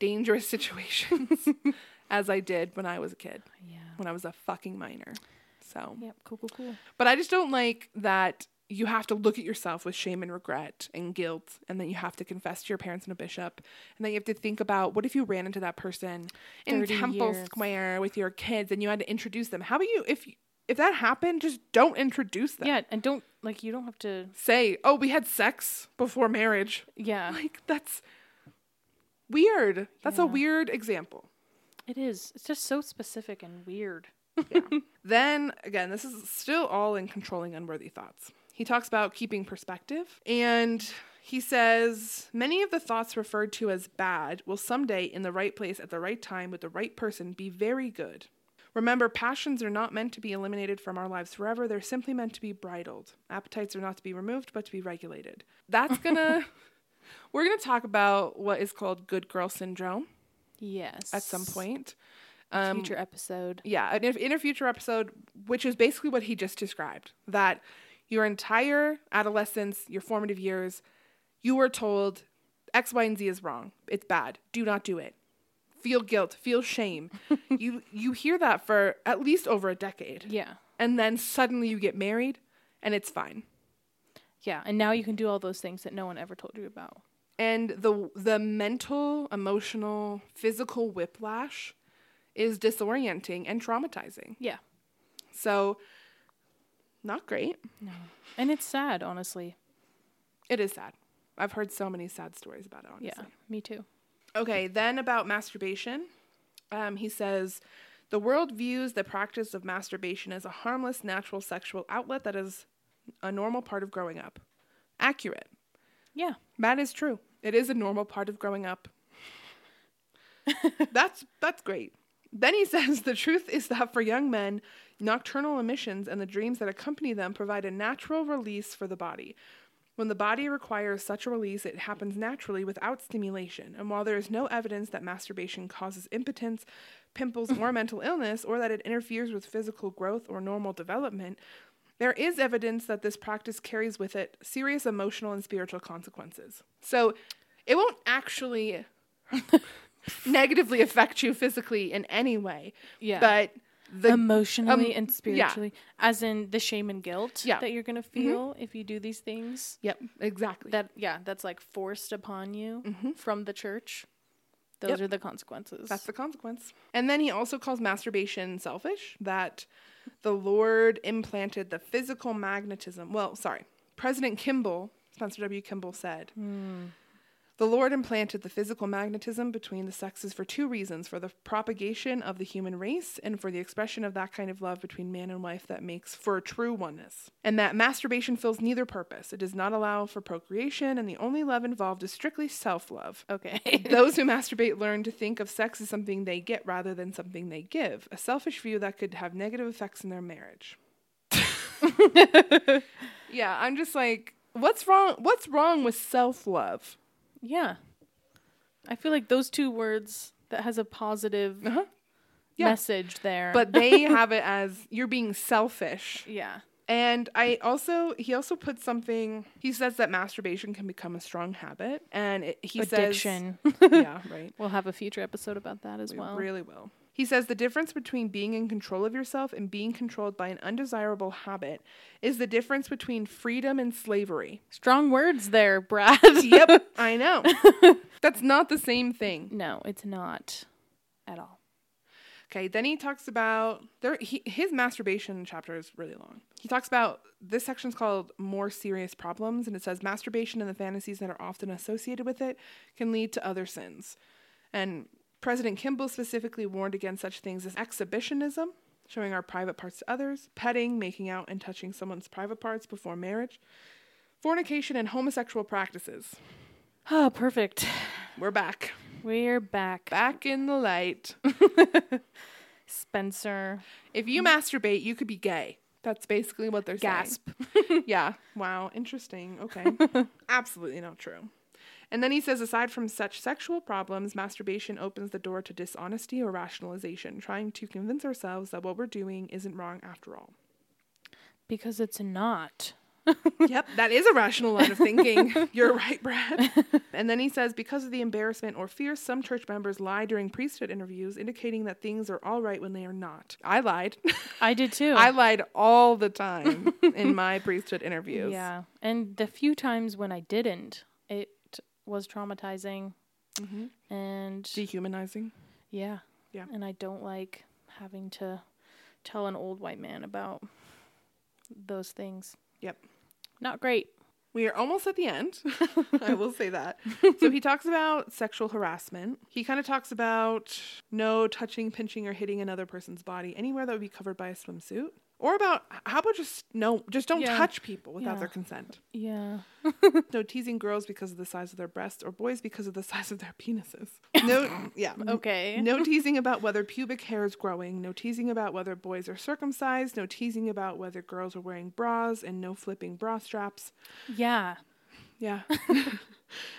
Speaker 1: dangerous situations as I did when I was a kid,
Speaker 2: Yeah.
Speaker 1: when I was a fucking minor. So,
Speaker 2: Yep. Cool, cool, cool.
Speaker 1: but I just don't like that you have to look at yourself with shame and regret and guilt, and then you have to confess to your parents and a bishop, and then you have to think about what if you ran into that person in
Speaker 2: 30
Speaker 1: Temple
Speaker 2: years.
Speaker 1: Square with your kids and you had to introduce them. How about you if if that happened, just don't introduce them.
Speaker 2: Yeah, and don't like you don't have to
Speaker 1: Say, oh, we had sex before marriage.
Speaker 2: Yeah.
Speaker 1: Like that's weird. That's a
Speaker 2: Yeah.
Speaker 1: weird example.
Speaker 2: It is. It's just so specific and weird.
Speaker 1: Then again, this is still all in controlling unworthy thoughts. He talks about keeping perspective and he says many of the thoughts referred to as bad will someday, in the right place at the right time with the right person, be very good. Remember, passions are not meant to be eliminated from our lives forever. They're simply meant to be bridled. Appetites are not to be removed, but to be regulated. That's gonna. we're gonna talk about what is called good girl syndrome
Speaker 2: Yes. Um,
Speaker 1: at some point.
Speaker 2: Future episode.
Speaker 1: Yeah, an in a future episode, which is basically what he just described that your entire adolescence, your formative years, you were told X, Y, and Z is wrong. It's bad. Do not do it. Feel guilt, feel shame. you you hear that for at least over a decade.
Speaker 2: Yeah.
Speaker 1: And then suddenly you get married and it's fine.
Speaker 2: Yeah. And now you can do all those things that no one ever told you about.
Speaker 1: and the the mental, emotional, physical whiplash is disorienting and traumatizing.
Speaker 2: Yeah.
Speaker 1: So not great.
Speaker 2: And it's sad, honestly.
Speaker 1: It is sad. I've heard so many sad stories about it, honestly.
Speaker 2: Yeah. Me too.
Speaker 1: Okay, then about masturbation. Um, he says the world views the practice of masturbation as a harmless, natural sexual outlet that is a normal part of growing up. Accurate.
Speaker 2: Yeah.
Speaker 1: That is true. It is a normal part of growing up. that's that's great. Then he says the truth is that for young men, nocturnal emissions and the dreams that accompany them provide a natural release for the body. When the body requires such a release, it happens naturally without stimulation. And while there is no evidence that masturbation causes impotence, pimples, or mental illness, or that it interferes with physical growth or normal development, there is evidence that this practice carries with it serious emotional and spiritual consequences. So it won't actually negatively affect you physically in any way.
Speaker 2: Yeah.
Speaker 1: But the
Speaker 2: Emotionally
Speaker 1: um,
Speaker 2: and spiritually. As in the shame and guilt
Speaker 1: Yeah. Mm-hmm.
Speaker 2: that you're gonna feel if you do these things.
Speaker 1: Yep, exactly.
Speaker 2: That yeah, that's like forced upon you from the church.
Speaker 1: Mm-hmm.
Speaker 2: Those
Speaker 1: Yep.
Speaker 2: are the consequences.
Speaker 1: That's the consequence. And then he also calls masturbation selfish, that the Lord implanted the physical magnetism. Well, sorry. President Kimball, Spencer W. Kimball said, Hmm. The Lord implanted the physical magnetism between the sexes for two reasons for the propagation of the human race and for the expression of that kind of love between man and wife that makes for a true oneness. And that masturbation fills neither purpose. It does not allow for procreation, and the only love involved is strictly self love.
Speaker 2: okay.
Speaker 1: Those who masturbate learn to think of sex as something they get rather than something they give, a selfish view that could have negative effects in their marriage. yeah, I'm just like, what's wrong? What's wrong with self love?
Speaker 2: Yeah. I feel like those two words that has a positive
Speaker 1: Uh-huh. Yeah.
Speaker 2: message there.
Speaker 1: But they have it as you're being selfish.
Speaker 2: yeah.
Speaker 1: And I also, he also puts something, he says that masturbation can become a strong habit. And it, he
Speaker 2: Addiction.
Speaker 1: says, yeah, right.
Speaker 2: we'll have a future episode about that as
Speaker 1: We
Speaker 2: well.
Speaker 1: really will. He says the difference between being in control of yourself and being controlled by an undesirable habit is the difference between freedom and slavery.
Speaker 2: Strong words there, Brad.
Speaker 1: yep, I know. That's not the same thing.
Speaker 2: no, it's not at all.
Speaker 1: Okay, then he talks about there he, his masturbation chapter is really long. He talks about this section's called more serious problems and it says masturbation and the fantasies that are often associated with it can lead to other sins. And President Kimball specifically warned against such things as exhibitionism, showing our private parts to others, petting, making out and touching someone's private parts before marriage, fornication and homosexual practices.
Speaker 2: Oh, perfect.
Speaker 1: We're back.
Speaker 2: We're back.
Speaker 1: Back in the light.
Speaker 2: Spencer.
Speaker 1: If you masturbate, you could be gay. That's basically what they're
Speaker 2: Gasp.
Speaker 1: saying. yeah. Wow. Interesting. Okay. Absolutely not true. And then he says, aside from such sexual problems, masturbation opens the door to dishonesty or rationalization, trying to convince ourselves that what we're doing isn't wrong after all.
Speaker 2: Because it's not.
Speaker 1: yep, that is a rational line of thinking. You're right, Brad. And then he says, because of the embarrassment or fear, some church members lie during priesthood interviews, indicating that things are all right when they are not. I lied.
Speaker 2: I did too.
Speaker 1: I lied all the time in my priesthood interviews.
Speaker 2: Yeah. And the few times when I didn't, it was traumatizing
Speaker 1: Mhm.
Speaker 2: and
Speaker 1: Dehumanizing.
Speaker 2: Mm-hmm. yeah.
Speaker 1: Yeah.
Speaker 2: And I don't like having to tell an old white man about those things.
Speaker 1: Yep.
Speaker 2: Not great.
Speaker 1: We are almost at the end. I will say that. So he talks about sexual harassment. He kind of talks about no touching, pinching, or hitting another person's body anywhere that would be covered by a swimsuit. Or about how about just no, just don't
Speaker 2: Yeah.
Speaker 1: touch people without
Speaker 2: Yeah.
Speaker 1: their consent.
Speaker 2: Yeah.
Speaker 1: No teasing girls because of the size of their breasts or boys because of the size of their penises. No, yeah.
Speaker 2: Okay.
Speaker 1: No teasing about whether pubic hair is growing, no teasing about whether boys are circumcised, no teasing about whether girls are wearing bras, and no flipping bra straps.
Speaker 2: Yeah.
Speaker 1: Yeah.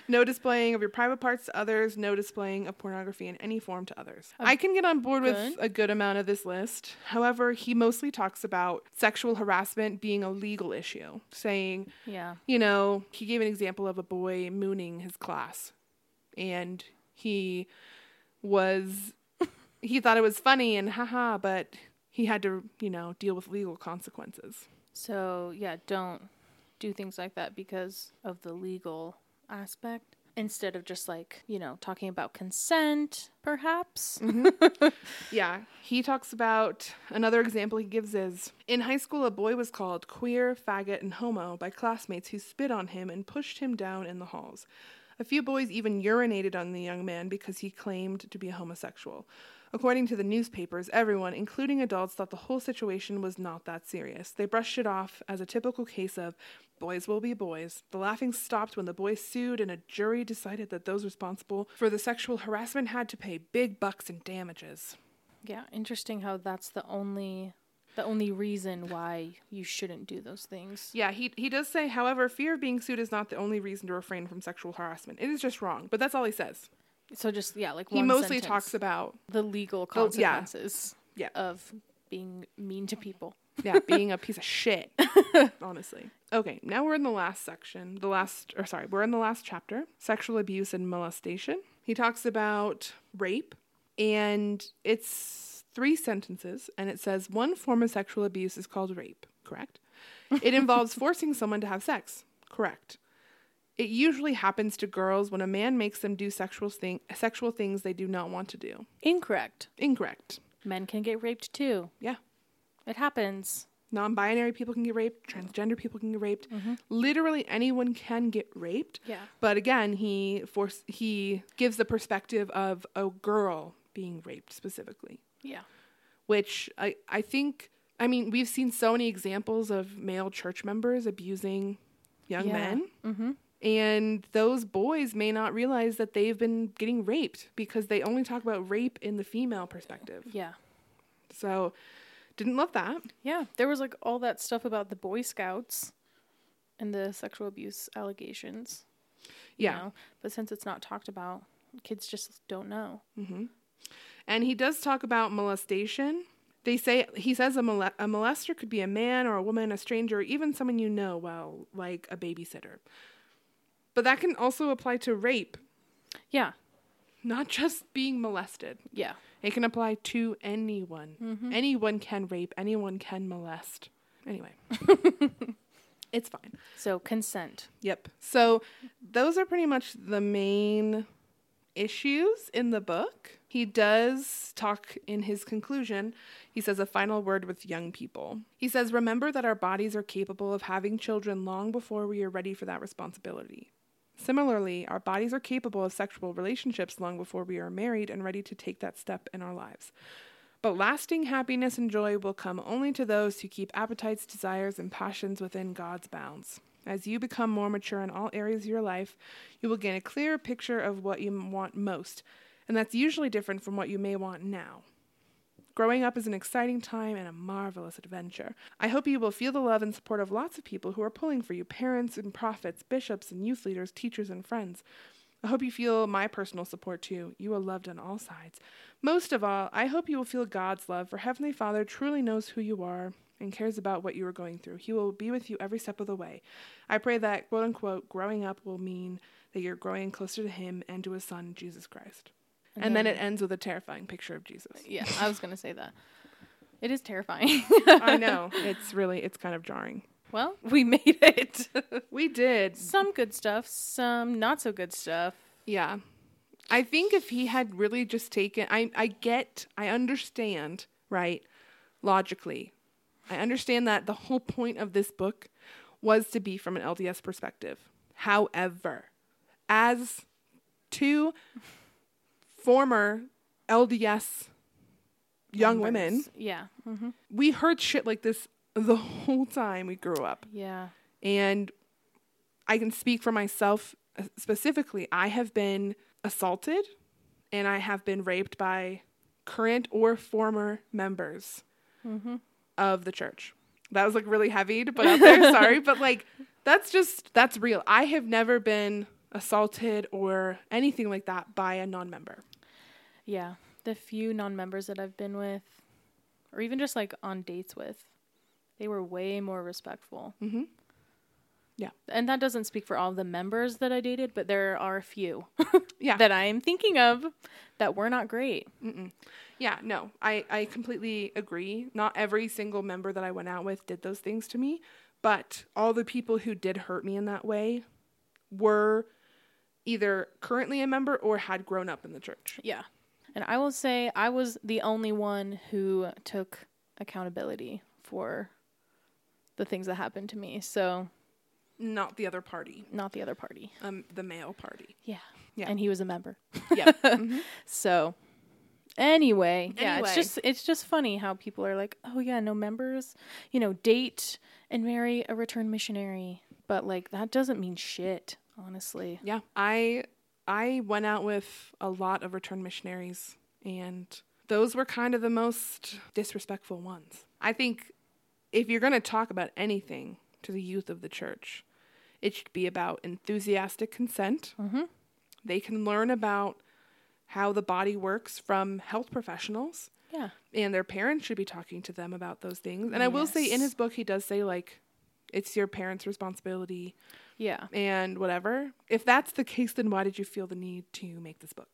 Speaker 1: no displaying of your private parts to others, no displaying of pornography in any form to others. I can get on board with
Speaker 2: good.
Speaker 1: a good amount of this list. However, he mostly talks about sexual harassment being a legal issue, saying,
Speaker 2: Yeah.
Speaker 1: you know, he gave an example of a boy mooning his class and he was he thought it was funny and haha, but he had to, you know, deal with legal consequences.
Speaker 2: So, yeah, don't do things like that because of the legal aspect. Instead of just like, you know, talking about consent, perhaps.
Speaker 1: Mm-hmm. Yeah, he talks about another example he gives is in high school, a boy was called queer, faggot, and homo by classmates who spit on him and pushed him down in the halls. A few boys even urinated on the young man because he claimed to be a homosexual. According to the newspapers, everyone, including adults, thought the whole situation was not that serious. They brushed it off as a typical case of boys will be boys. The laughing stopped when the boy sued, and a jury decided that those responsible for the sexual harassment had to pay big bucks in damages.
Speaker 2: Yeah, interesting how that's the only the only reason why you shouldn't do those things.
Speaker 1: Yeah, he he does say, however, fear of being sued is not the only reason to refrain from sexual harassment. It is just wrong, but that's all he says.
Speaker 2: So just yeah, like
Speaker 1: He
Speaker 2: one
Speaker 1: mostly
Speaker 2: sentence.
Speaker 1: talks about
Speaker 2: the legal
Speaker 1: Oh, yeah.
Speaker 2: consequences
Speaker 1: Yeah.
Speaker 2: of being mean to people.
Speaker 1: yeah, being a piece of shit, honestly. Okay, now we're in the last section. The last or sorry, we're in the last chapter, sexual abuse and molestation. He talks about rape and it's three sentences and it says one form of sexual abuse is called rape, correct? It involves forcing someone to have sex, correct? It usually happens to girls when a man makes them do sexual thing sexual things they do not want to do.
Speaker 2: Incorrect.
Speaker 1: Incorrect.
Speaker 2: Men can get raped too.
Speaker 1: Yeah.
Speaker 2: It happens.
Speaker 1: non-binary people can get raped transgender people can get raped literally anyone can get raped
Speaker 2: Mm-hmm. Yeah.
Speaker 1: but again he force he gives the perspective of a girl being raped specifically
Speaker 2: Yeah.
Speaker 1: which i i think i mean we've seen so many examples of male church members abusing young
Speaker 2: Yeah.
Speaker 1: men
Speaker 2: Mm-hmm.
Speaker 1: and those boys may not realize that they've been getting raped because they only talk about rape in the female perspective
Speaker 2: Yeah.
Speaker 1: so didn't love that
Speaker 2: Yeah. There was like all that stuff about the Boy Scouts and the sexual abuse allegations. you
Speaker 1: yeah
Speaker 2: know? But since it's not talked about, kids just don't know.
Speaker 1: And he does talk about molestation. They say he says a, mole- a molester could be a man or a woman, a stranger, or even someone you know well, like a babysitter. But that can also apply to rape,
Speaker 2: Yeah.
Speaker 1: not just being molested.
Speaker 2: Yeah.
Speaker 1: It can apply to anyone. Anyone can rape, anyone can molest. Anyway, it's fine.
Speaker 2: So consent.
Speaker 1: Yep. So those are pretty much the main issues in the book. He does talk in his conclusion. He says a final word with young people. He says, Remember that our bodies are capable of having children long before we are ready for that responsibility. Similarly, our bodies are capable of sexual relationships long before we are married and ready to take that step in our lives. But lasting happiness and joy will come only to those who keep appetites, desires, and passions within God's bounds. As you become more mature in all areas of your life, you will gain a clearer picture of what you m- want most, and that's usually different from what you may want now. Growing up is an exciting time and a marvelous adventure. I hope you will feel the love and support of lots of people who are pulling for you parents and prophets, bishops and youth leaders, teachers and friends. I hope you feel my personal support too. You are loved on all sides. Most of all, I hope you will feel God's love, for Heavenly Father truly knows who you are and cares about what you are going through. He will be with you every step of the way. I pray that, quote unquote, growing up will mean that you're growing closer to Him and to His Son, Jesus Christ. And, then, it ends with a terrifying picture of Jesus.
Speaker 2: Yeah, I was going to say that. It is terrifying.
Speaker 1: I know. It's really, it's kind of jarring.
Speaker 2: Well, we made it.
Speaker 1: We did.
Speaker 2: some good stuff, some not so good stuff.
Speaker 1: Yeah. I think if he had really just taken I I get I understand, right? Logically. I understand that the whole point of this book was to be from an LDS perspective. However, as two former LDS young women,
Speaker 2: Numbers. Yeah. hmm
Speaker 1: we heard shit like this the whole time we grew up.
Speaker 2: Yeah.
Speaker 1: And I can speak for myself uh, specifically. I have been assaulted and I have been raped by current or former members of the church. That was like really heavy to put out there. Sorry. But like, that's just, that's real. I have never been assaulted or anything like that by a non member.
Speaker 2: Yeah. The few non members that I've been with, or even just like on dates with, they were way more respectful.
Speaker 1: Mm-hmm. Yeah.
Speaker 2: And that doesn't speak for all the members that I dated, but there are a few
Speaker 1: Yeah.
Speaker 2: that I am thinking of that were not great.
Speaker 1: Yeah, no, I, I completely agree. Not every single member that I went out with did those things to me, but all the people who did hurt me in that way were either currently a member or had grown up in the church.
Speaker 2: Yeah. And I will say I was the only one who took accountability for the things that happened to me. So,
Speaker 1: Not the other party,
Speaker 2: not the other party.
Speaker 1: um, the male party.
Speaker 2: Yeah.
Speaker 1: Yeah.
Speaker 2: And he was a member.
Speaker 1: Yeah.
Speaker 2: So, anyway, yeah,
Speaker 1: Anyway.
Speaker 2: it's just it's just funny how people are like, "Oh yeah, no members, you know, date and marry a return missionary." But like that doesn't mean shit, honestly.
Speaker 1: yeah. I I went out with a lot of returned missionaries and those were kind of the most disrespectful ones. I think if you're going to talk about anything to the youth of the church, it should be about enthusiastic consent. They can learn about how the body works from health professionals,
Speaker 2: Yeah.
Speaker 1: and their parents should be talking to them about those things. And I will say, in
Speaker 2: Yes.
Speaker 1: his book, he does say, like, it's your parents' responsibility
Speaker 2: Yeah.
Speaker 1: and whatever. If that's the case, then why did you feel the need to make this book?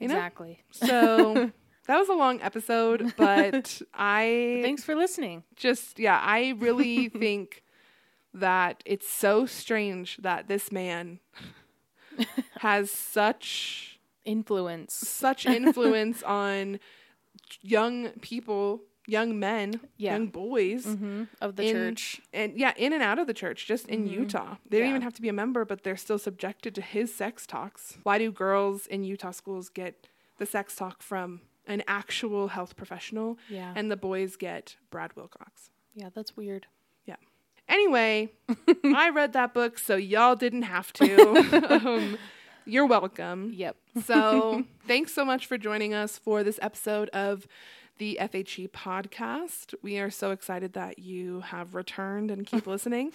Speaker 1: You know?
Speaker 2: Exactly.
Speaker 1: So that was a long episode, but I
Speaker 2: Thanks for listening.
Speaker 1: just yeah, I really think that it's so strange that this man has such
Speaker 2: Influence.
Speaker 1: such influence on young people, young men,
Speaker 2: Yeah.
Speaker 1: young boys
Speaker 2: Mhm. Of the
Speaker 1: Mm-hmm. in-
Speaker 2: church.
Speaker 1: and yeah, in and out of the church, just in Utah. They don't
Speaker 2: Mm-hmm. Yeah.
Speaker 1: even have to be a member, but they're still subjected to his sex talks. Why do girls in Utah schools get the sex talk from an actual health professional,
Speaker 2: Yeah.
Speaker 1: and the boys get Brad Wilcox?
Speaker 2: yeah, that's weird.
Speaker 1: Yeah. Anyway, I read that book, so y'all didn't have to. um, you're welcome.
Speaker 2: Yep.
Speaker 1: So, thanks so much for joining us for this episode of the FHE podcast. We are so excited that you have returned and keep listening.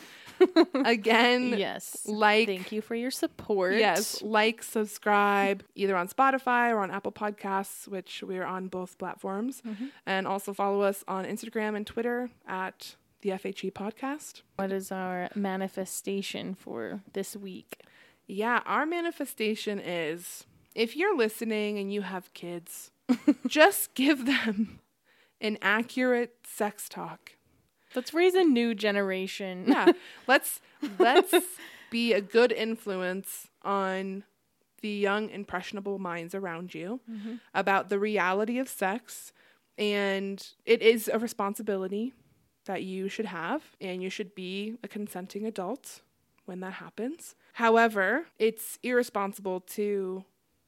Speaker 1: Again,
Speaker 2: Yes.
Speaker 1: like
Speaker 2: Thank you for your support.
Speaker 1: Yes, like, subscribe, either on Spotify or on Apple Podcasts, which we are on both platforms.
Speaker 2: Mm-hmm.
Speaker 1: And also follow us on Instagram and Twitter at the FHE podcast.
Speaker 2: What is our manifestation for this week?
Speaker 1: Yeah, our manifestation is if you're listening and you have kids, just give them an accurate sex talk.
Speaker 2: Let's raise a new generation.
Speaker 1: Yeah. let's let's be a good influence on the young impressionable minds around you about the reality of sex and it is a responsibility that you should have and you should be a consenting adult when that happens. However, it's irresponsible to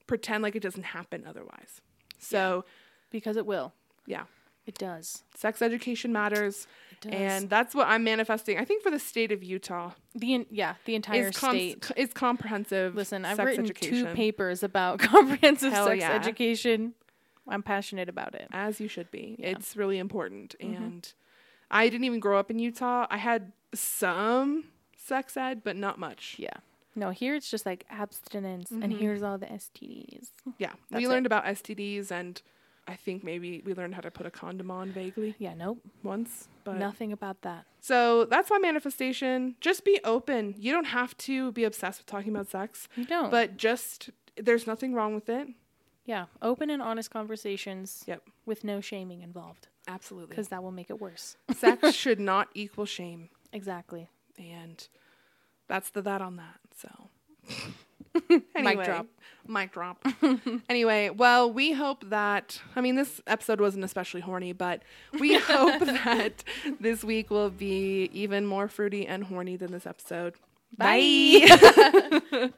Speaker 1: pretend like it doesn't happen otherwise. So,
Speaker 2: Because it will.
Speaker 1: yeah.
Speaker 2: It does.
Speaker 1: Sex education matters,
Speaker 2: does.
Speaker 1: and that's what I'm manifesting. I think for the state of Utah,
Speaker 2: The en- yeah, the entire
Speaker 1: is, cons-
Speaker 2: state.
Speaker 1: c- is comprehensive.
Speaker 2: Listen, I've
Speaker 1: sex
Speaker 2: written
Speaker 1: education,
Speaker 2: two papers about comprehensive
Speaker 1: Hell
Speaker 2: sex
Speaker 1: yeah.
Speaker 2: education. I'm passionate about it.
Speaker 1: as you should be. It's really important,
Speaker 2: Mm-hmm.
Speaker 1: and I didn't even grow up in Utah. I had some sex ed, but not much.
Speaker 2: Yeah. No, here it's just like abstinence,
Speaker 1: Mm-hmm.
Speaker 2: and here's all the STDs.
Speaker 1: Yeah.
Speaker 2: That's
Speaker 1: we
Speaker 2: it.
Speaker 1: learned about STDs and I think maybe we learned how to put a condom on vaguely
Speaker 2: Yeah, nope,
Speaker 1: once, but
Speaker 2: nothing about that.
Speaker 1: so that's my manifestation. Just be open. You don't have to be obsessed with talking about sex,
Speaker 2: You don't.
Speaker 1: but just there's nothing wrong with it.
Speaker 2: yeah, open and honest conversations.
Speaker 1: Yep.
Speaker 2: with no shaming involved,
Speaker 1: Absolutely.
Speaker 2: because that will make it worse.
Speaker 1: sex should not equal shame.
Speaker 2: Exactly.
Speaker 1: And that's the that on that. So
Speaker 2: Mic drop.
Speaker 1: Mic drop. anyway, well, we hope that I mean this episode wasn't especially horny, but we hope that this week will be even more fruity and horny than this episode.
Speaker 2: Bye.
Speaker 1: Bye.